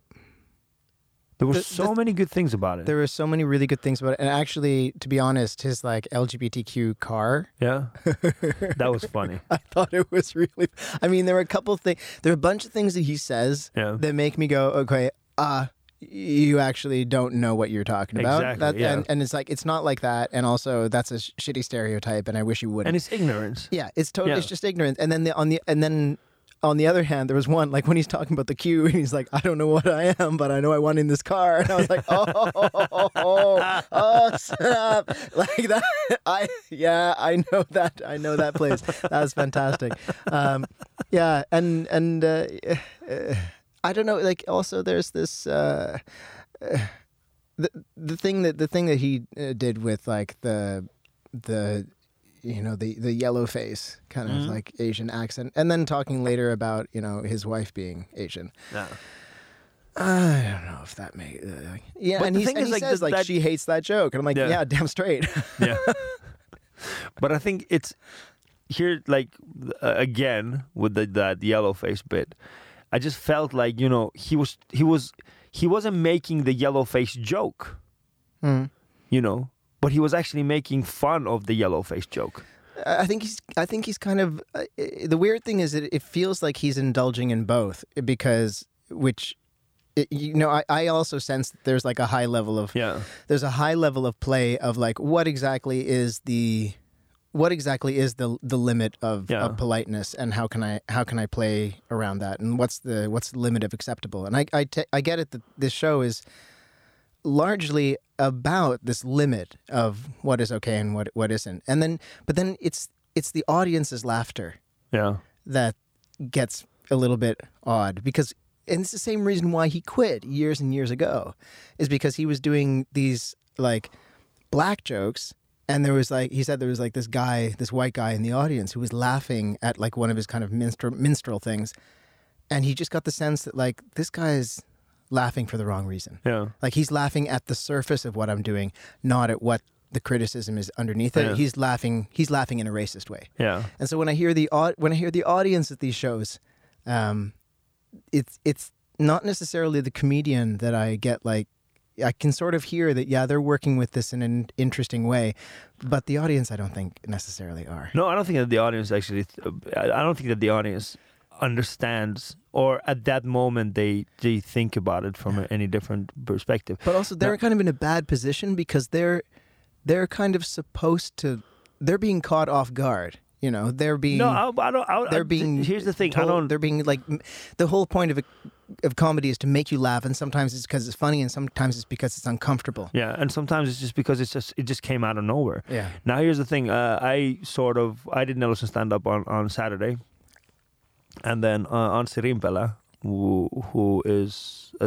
There were
the-
so
the-
many good things about it.
there were so many really good things about it, and actually, to be honest, his like LGBTQ car [LAUGHS]
yeah. that was funny.
I thought it was really. I mean, there were a couple things. There are a bunch of things that he says
Yeah.
that make me go, okay, ah, you actually don't know what you're talking about.
Exactly,
That-
yeah.
and, and it's like it's not like that. And also, that's a sh- shitty stereotype, and I wish you wouldn't.
And it's ignorance.
yeah, it's totally.
Yeah.
It's just ignorance. And then the, on the and then on the other hand, there was one like when he's talking about the queue and he's like, I don't know what I am, but I know I want in this car. And I was like, oh, oh, oh, [LAUGHS] oh, oh snap. Like that. [LAUGHS] I, yeah, I know that. I know that place. That was fantastic. Um, yeah. And, and, uh, [SIGHS] uh, I don't know. Like also there's this, uh, [SIGHS] uh, the, the thing that, the thing that he uh, did with like the, the, you know the the yellow face kind of
Mhm.
like Asian accent, and then talking later about you know his wife being Asian.
Yeah.
I don't know if that makes uh, yeah.
But
and
the
he's,
thing
and
is,
he
like,
says
that-
like
that-
she hates that joke, and I'm like
Yeah.
yeah, [LAUGHS] damn straight.
yeah. but I think it's here, like uh, again with the, that yellow face bit. I just felt like you know he was he was he wasn't making the yellow face joke, Mm-hmm. you know, but he was actually making fun of the yellow face joke.
I I think he's I think he's kind of uh, the weird thing is that it feels like he's indulging in both because which. It, you know, I, I also sense that there's like a high level of
Yeah.
there's a high level of play of like what exactly is the what exactly is the the limit of,
Yeah.
of politeness and how can I how can I play around that and what's the what's the limit of acceptable and I I, t- I get it that this show is largely about this limit of what is okay and what what isn't and then but then it's it's the audience's laughter
Yeah.
that gets a little bit odd because and it's the same reason why he quit years and years ago is because he was doing these like black jokes and there was like he said there was like this guy this white guy in the audience who was laughing at like one of his kind of minstrel minstrel things and he just got the sense that like this guy is laughing for the wrong reason
Yeah.
like he's laughing at the surface of what I'm doing not at what the criticism is underneath it
Yeah.
he's laughing he's laughing in a racist way
Yeah.
and so when I hear the au- when I hear the audience at these shows, um, it's it's not necessarily the comedian that I get like. I can sort of hear that, yeah, they're working with this in an interesting way, but the audience, I don't think necessarily are.
No, I don't think that the audience actually. Th- I I don't think that the audience understands, or at that moment they they think about it from any different perspective.
But also, they're
No.
kind of in a bad position because they're they're kind of supposed to. They're being caught off guard. You know, they're being
No, I, I don't. I,
they're
I-
being
Here's the thing. I
told-
don't.
They're being like m- the whole point of a, of comedy is to make you laugh, and sometimes it's because it's funny, and sometimes it's because it's uncomfortable.
Yeah, and sometimes it's just because it's just it just came out of nowhere.
Yeah.
Now here's the thing. Uh, I sort of I did Nelson stand up on on Saturday, and then uh, Ansi Rimpela, who who is a,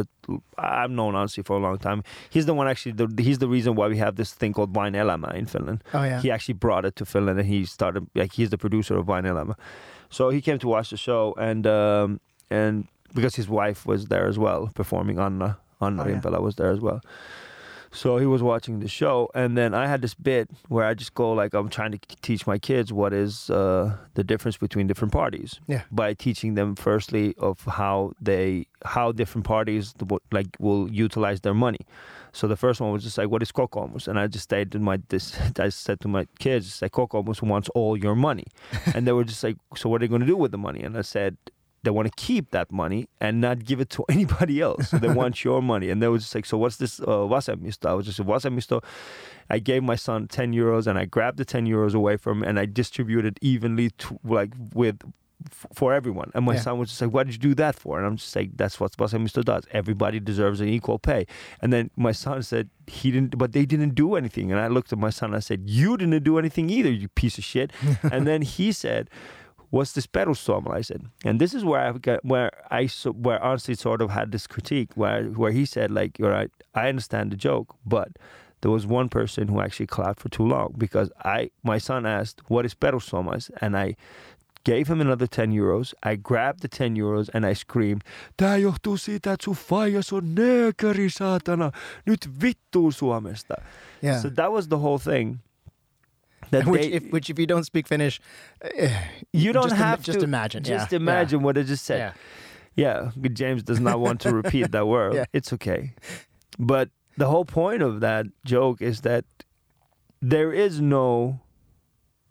I've known Ansi for a long time. He's the one actually. The, he's the reason why we have this thing called Wine Elämä in Finland.
Oh yeah.
He actually brought it to Finland, and he started. Like he's the producer of Wine Elämä, so he came to watch the show, and um, and because his wife was there as well performing, Anna Anna
Oh, yeah.
Rimpela was there as well. So he was watching the show, and then I had this bit where I just go like I'm trying to teach my kids what is uh, the difference between different parties.
Yeah.
By teaching them firstly of how they how different parties the- like will utilize their money. So the first one was just like what is kokomus, and I just stayed in my this [LAUGHS] I said to my kids it's like kokomus wants all your
[LAUGHS]
money, and they were just like so what are they going to do with the money? And I said they want to keep that money and not give it to [LAUGHS] anybody else. So they want your money. And they were just like, so what's this uh, vasemisto? I was just, vasemisto. I gave my son 10 euros and I grabbed the 10 euros away from him and I distributed evenly to, like with f- for everyone. And my
Yeah.
son was just like, why did you do that for? And I'm just like, that's what vasemisto does. Everybody deserves an equal pay. And then my son said, he didn't, but they didn't do anything. And I looked at my son and I said, you didn't do anything either, you piece of shit. and then he said, was this Perussuomalaisen. I said, and this is where I got, where I so, where honestly sort of had this critique where where he said like, all right, I understand the joke, but there was one person who actually clapped for too long because I my son asked what is Perussuomalais, and I gave him another 10 euros. I grabbed the 10 euros and I screamed, Tää johtuu siitä, että sun faijas on nöököri, saatana. Nyt vittuu Suomesta.
Yeah.
So that was the whole thing. That
which,
they-
if, which, if you don't speak Finnish,
you don't
just im-
have
just
to
imagine,
Just
yeah, yeah.
imagine what I just said. Yeah, James does not want to repeat that word.
[LAUGHS] Yeah.
It's okay. But the whole point of that joke is that there is no,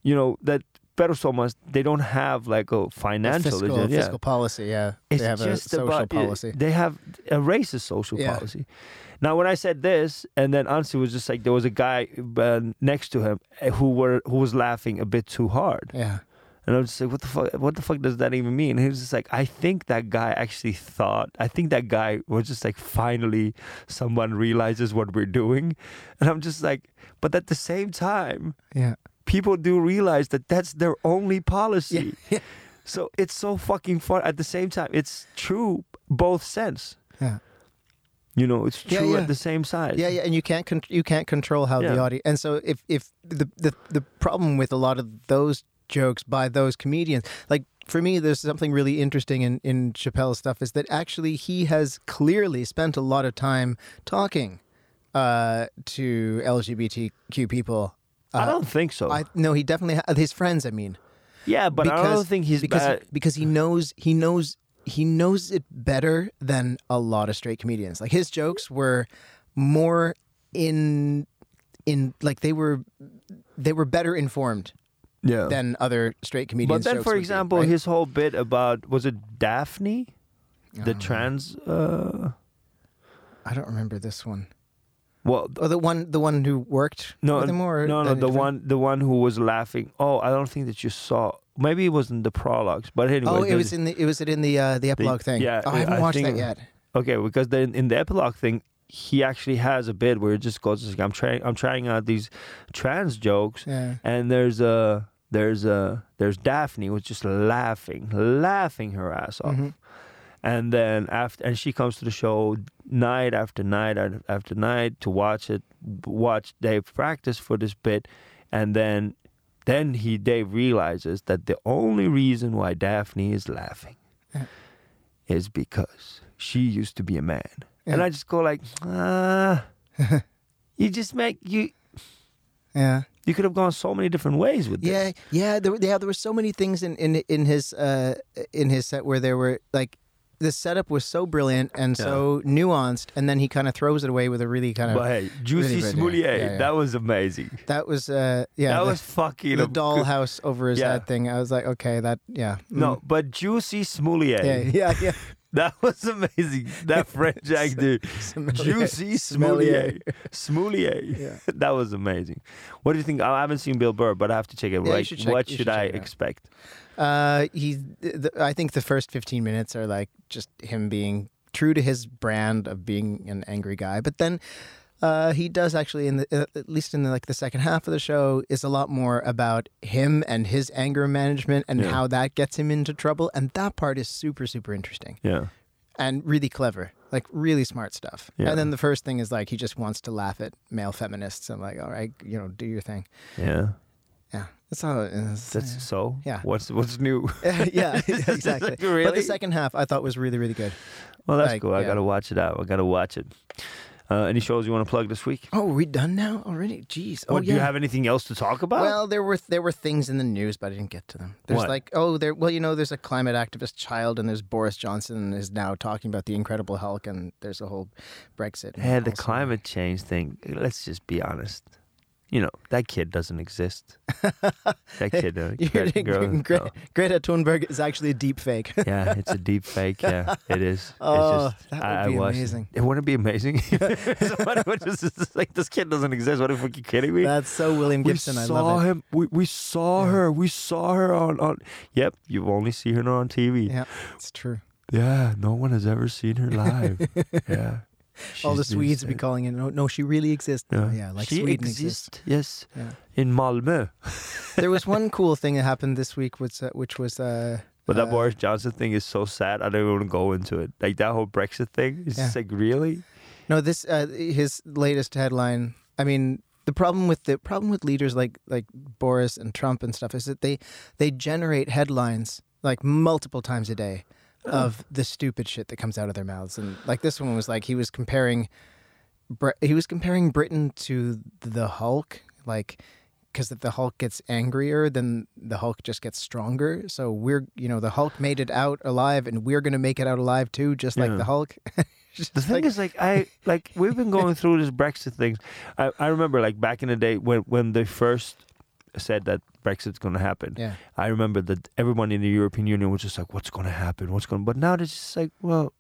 you know, that Perusomas, they don't have like a
A
financial
fiscal,
agenda.
fiscal policy. Yeah,
It's
they have a
just
social
about-
policy.
They have a racist social
Yeah.
policy. Now, when I said this, and then Ansi was just eh, like, there was a guy uh, next to him uh, who were who was laughing a bit too hard.
yeah,
And I was just like, what the fuck? What the fuck does that even mean? And he was just like, I think that guy actually thought. I think that guy was just like, finally, someone realizes what we're doing. And I'm just like, but at the same time,
Yeah.
people do realize that that's their only policy.
Yeah.
So it's so fucking fun. At the same time, it's true both sense.
Yeah.
You know, it's
Yeah,
true
yeah.
at the same side.
Yeah, yeah, and you can't con- you can't control how the
Yeah.
audience. And so if if the, the the problem with a lot of those jokes by those comedians, like for me, there's something really interesting in in Chappelle's stuff is that actually he has clearly spent a lot of time talking uh, to LGBTQ people. Uh,
I don't think so.
I no, he definitely ha- his friends. I mean,
yeah, but I don't think he's
because
bad.
because he knows he knows he knows it better than a lot of straight comedians. Like his jokes were more in in like they were they were better informed
yeah.
than other straight
But
comedians.
then,
jokes
for
would be,
example,
right?
his whole bit about was it Daphne,
Oh.
the trans? Uh,
I don't remember this one.
well, th-
Oh, the one the one who worked
no,
with him or
no, no,
that
the
different-
one, the one who was laughing. Oh, I don't think that you saw. Maybe it wasn't the prologues, but anyway.
Oh, it
there-
was in the it was it in the uh, the epilogue thing.
yeah,
oh, I haven't
I
watched that
think-
yet.
Okay, because then in the epilogue thing, he actually has a bit where it just goes like I'm trying I'm trying out these trans jokes
Yeah.
and there's a there's a there's Daphne was just laughing, laughing her ass off. And then after and she comes to the show night after night af- after night to watch it watch Dave practice for this bit and then then he Dave realizes that the only reason why Daphne is laughing is because she used to be a man. And
Yeah.
I just go like,
[LAUGHS]
ah, you just make you.
Yeah.
You could have gone so many different ways with
Yeah,
this.
yeah, there, were- yeah. There were so many things in in in his uh, in his set where there were like the setup was so brilliant and so nuanced, and then he kind of throws it away with a really kind of
But hey, Juicy
Really good, yeah.
Smollett,
Yeah, yeah.
that was amazing.
that was uh yeah
that
the,
was fucking
the
a-
dollhouse over his
Yeah.
head thing. I was like, okay, that yeah mm,
No, but Juicy Smollett,
yeah yeah yeah.
[LAUGHS] that was amazing.
[LAUGHS]
That French act dude,
Sommelier.
Juicy
Sommelier.
Smollett, Smollett,
[LAUGHS] Yeah.
[LAUGHS] that was amazing. What do you think? I haven't seen Bill Burr, but I have to check it.
you
like,
should check-
what
you
should,
should
I
check it out.
expect?
Uh, he, the, I think the first fifteen minutes are like just him being true to his brand of being an angry guy, but then. Uh, he does actually in the uh, at least in the, like the second half of the show is a lot more about him and his anger management and
Yeah.
how that gets him into trouble and that part is super super interesting
Yeah,
and really clever like really smart stuff
Yeah.
and then the first thing is like he just wants to laugh at male feminists and like all right you know do your thing
yeah.
yeah that's all it is.
That's so.
Yeah.
What's what's new?
yeah, [LAUGHS] yeah, exactly. But the
Really?
second half I thought was really, really good.
Well, that's
Like,
cool. I
yeah.
gotta watch it out. I gotta watch it. Uh, any shows you want to plug this week?
Oh, are we done now already? Jeez. Oh,
What,
yeah.
Do you have anything else to talk about?
well, there were there were things in the news, but I didn't get to them. There's
What?
like, oh, there. Well, you know, there's a climate activist child, and there's Boris Johnson is now talking about the Incredible Hulk, and there's a whole Brexit. and
yeah, Eh, the
also-
climate change thing. Let's just be honest. You know that kid doesn't
[LAUGHS]
exist. that kid, uh,
[LAUGHS] You're-
Gre- girl,
Gre-
no.
Greta Thunberg is actually a deep fake.
Yeah, it's a deep fake.
[LAUGHS]
Yeah, it is.
Oh,
it's just,
that
I,
would be
I watched it.
amazing.
It wouldn't be
[LAUGHS]
amazing. [LAUGHS] Somebody would just, it's like this kid doesn't exist. What the fuck are you kidding me?
[LAUGHS] That's so William Gibson.
We
I
saw
love it.
him. We, we saw her. We saw her on, on. Yep, you only see her on TV.
Yeah, it's true.
Yeah, no one has ever seen her live. yeah.
[LAUGHS] All the
She's been
Swedes would be
sick.
calling in. No, no, she really exists. Yeah, yeah like
she
Sweden exists.
exists. Yes,
Yeah.
in Malmö.
there was one cool thing that happened this week, which uh, which was uh,
But
uh,
that Boris Johnson thing is so sad. I don't even want to go into it. Like that whole Brexit thing. It's
Yeah.
just like really.
No, this uh, his latest headline. I mean, the problem with the problem with leaders like like Boris and Trump and stuff is that they they generate headlines like multiple times a day
Oh.
of the stupid shit that comes out of their mouths. And like this one was like he was comparing Bre- he was comparing Britain to the Hulk, like because if the Hulk gets angrier, then the Hulk just gets stronger. So we're you know the Hulk made it out alive, and we're gonna make it out alive too, just like
Yeah.
the Hulk. [LAUGHS] Just
The thing
like-
is, like I like we've been going through this Brexit thing. I, I remember like back in the day when when they first said that Brexit's going to happen.
yeah.
I remember that everyone in the European Union was just like, "What's going to happen? What's going?" But now they're just like, "Well,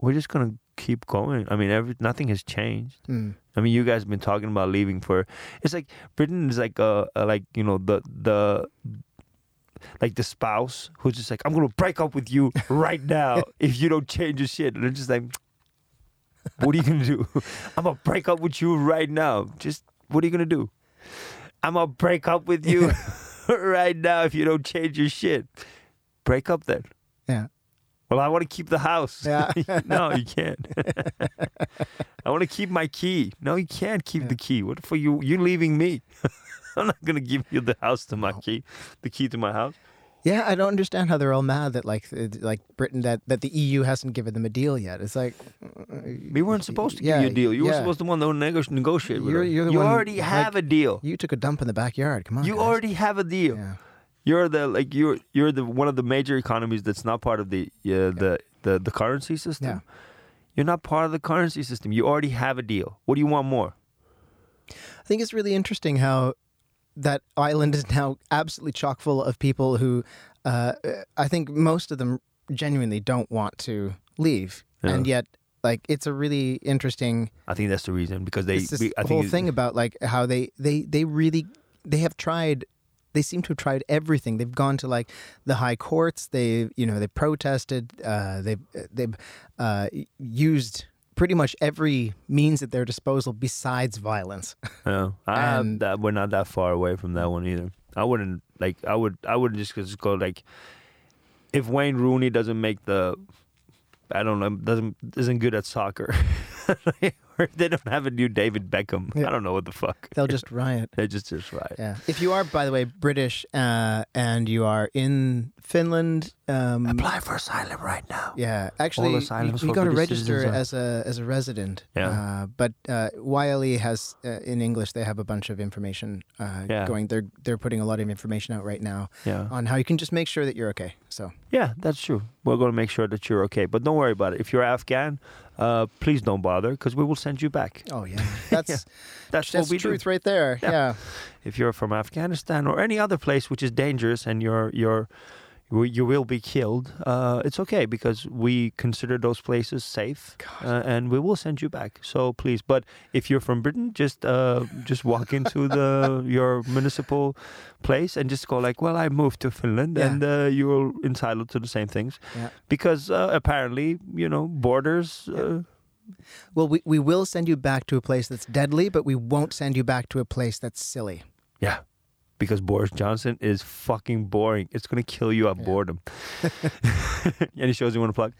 we're just going to keep going." I mean, every nothing has changed.
Mm.
I mean, you guys have been talking about leaving for. It's like Britain is like uh uh, like you know the the like the spouse who's just like, I'm gonna break up with
[LAUGHS]
you right now if you don't change your shit. And they're just like, What are you gonna do? [LAUGHS] I'm gonna break up with you right now. Just what are you gonna do? I'm gonna break up with you [LAUGHS] right now if you don't change your shit. Break up then.
Yeah.
Well, I want to keep the house.
Yeah.
[LAUGHS] no, you
[LAUGHS]
can't. I want to keep my key. No, you can't keep the key. What for you? You leaving me? [LAUGHS] I'm not gonna give you the house to my key, the key to my house.
Yeah, I don't understand how they're all mad that like it- like Britain that that the EU hasn't given them a deal yet. It's like uh,
We weren't supposed to
Yeah,
give you a deal. You were
yeah.
supposed to one that would nego- negotiate with
You're-
them.
you're the
you
one,
already have a deal.
you took a dump in the backyard. Come on,
You
guys.
already have a deal.
Yeah.
You're the like you're you're the one of the major economies that's not part of the uh, the, the the currency system.
Yeah.
You're not part of the currency system. You already have a deal. What do you want more?
I think it's really interesting how that island is now absolutely chock full of people who uh, I think most of them genuinely don't want to leave, and yet like it's a really interesting
I think that's the reason because they.
it's this
we, I
whole
think it-
thing about like how they they they really they have tried they seem to have tried everything they've gone to like the high courts they you know they protested uh, they've they've uh, used pretty much every means at their disposal besides violence [LAUGHS]
Yeah, I,
And-
that, we're not that far away from that one either. I wouldn't like. I would. I would just, just go like, if Wayne Rooney doesn't make the, I don't know, doesn't isn't good at soccer, [LAUGHS] or if they don't have a new David Beckham. I don't know what the fuck.
they'll just riot
[LAUGHS] They just just right.
yeah if you are by the way british uh, and you are in finland um,
Apply for asylum right now.
Yeah, actually, you,
asylums
you
for
got to
British
register
citizens are-
as a as a resident.
Yeah.
Uh, but uh, Wiley has uh, in English they have a bunch of information uh,
Yeah.
going. They're they're putting a lot of information out right now
Yeah.
on how you can just make sure that you're okay. So
Yeah, that's true. We're going to make sure that you're okay, but don't worry about it. If you're Afghan, uh, please don't bother because we will send you back.
oh [LAUGHS] yeah, that's
That's,
that's
what we do.
truth right there.
Yeah.
Yeah.
if you're from Afghanistan or any other place which is dangerous and you're you're you you will be killed. Uh, it's okay because we consider those places safe, uh, and we will send you back. So please, but if you're from Britain, just uh, just walk into the your municipal place and just go like, "Well, I moved to Finland,
Yeah.
and uh, you're entitled to the same things,"
Yeah.
because uh, apparently, you know, borders. Uh,
Well, we we will send you back to a place that's deadly, but we won't send you back to a place that's silly.
Yeah. Because Boris Johnson is fucking boring. It's gonna kill you at
[LAUGHS]
boredom. [LAUGHS] Any shows you want to plug?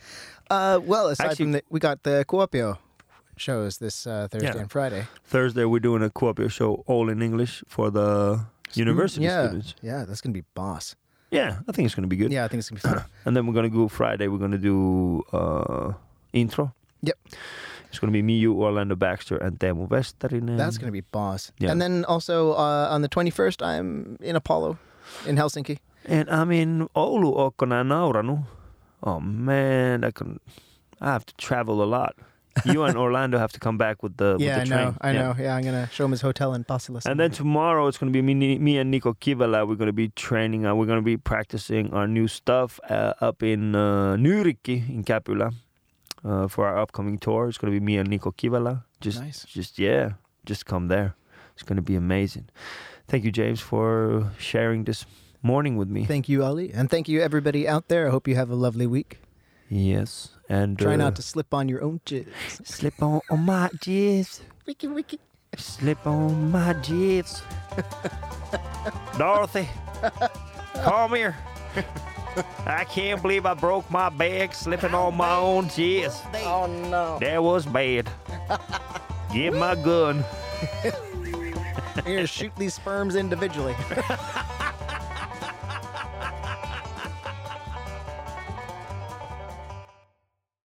Uh, well, aside
Actually-
from that, we got the Kuopio shows this uh, Thursday
Yeah.
and Friday.
Thursday we're doing a co-op show all in English for the university
Mm, yeah.
students.
Yeah, that's gonna be boss.
Yeah, I think it's gonna be good.
Yeah, I think it's gonna be fun.
And then we're gonna go Friday. We're gonna do uh, intro.
Yep.
It's gonna be me, you, Orlando Baxter, and Teemu Westerinen.
That's going to be boss.
Mm. Yeah.
And then also uh, on the 21st, I'm in Apollo in Helsinki.
And I'm in Oulu, Okkona, and Nauranu. Oh man, I can. I have to travel a lot. You
[LAUGHS]
and Orlando have to come back with the
yeah, I
with the train.
know. I
Yeah.
know. Yeah, I'm going to show him his hotel in Basilis.
And then tomorrow it's going to be me, me and Nico Kivala. We're going to be training and we're going to be practicing our new stuff uh, up in uh, Nurikki in Kapula uh, for our upcoming tour. It's going to be me and Nico Kivala. Just,
Nice.
just yeah, just come there. It's going to be amazing. Thank you, James, for sharing this morning with me.
Thank you, Ali. And thank you, everybody out there. I hope you have a lovely week.
yes, and
Try
uh,
not to slip on your own jizz.
slip on on my jibs.
Wiki, wiki.
Slip on my
[LAUGHS]
jibs. Dorothy, come
[LAUGHS]
here. I can't believe I broke my back slipping on my own jibs.
Oh, no.
That was bad. Get my gun.
You're going to shoot these sperms individually.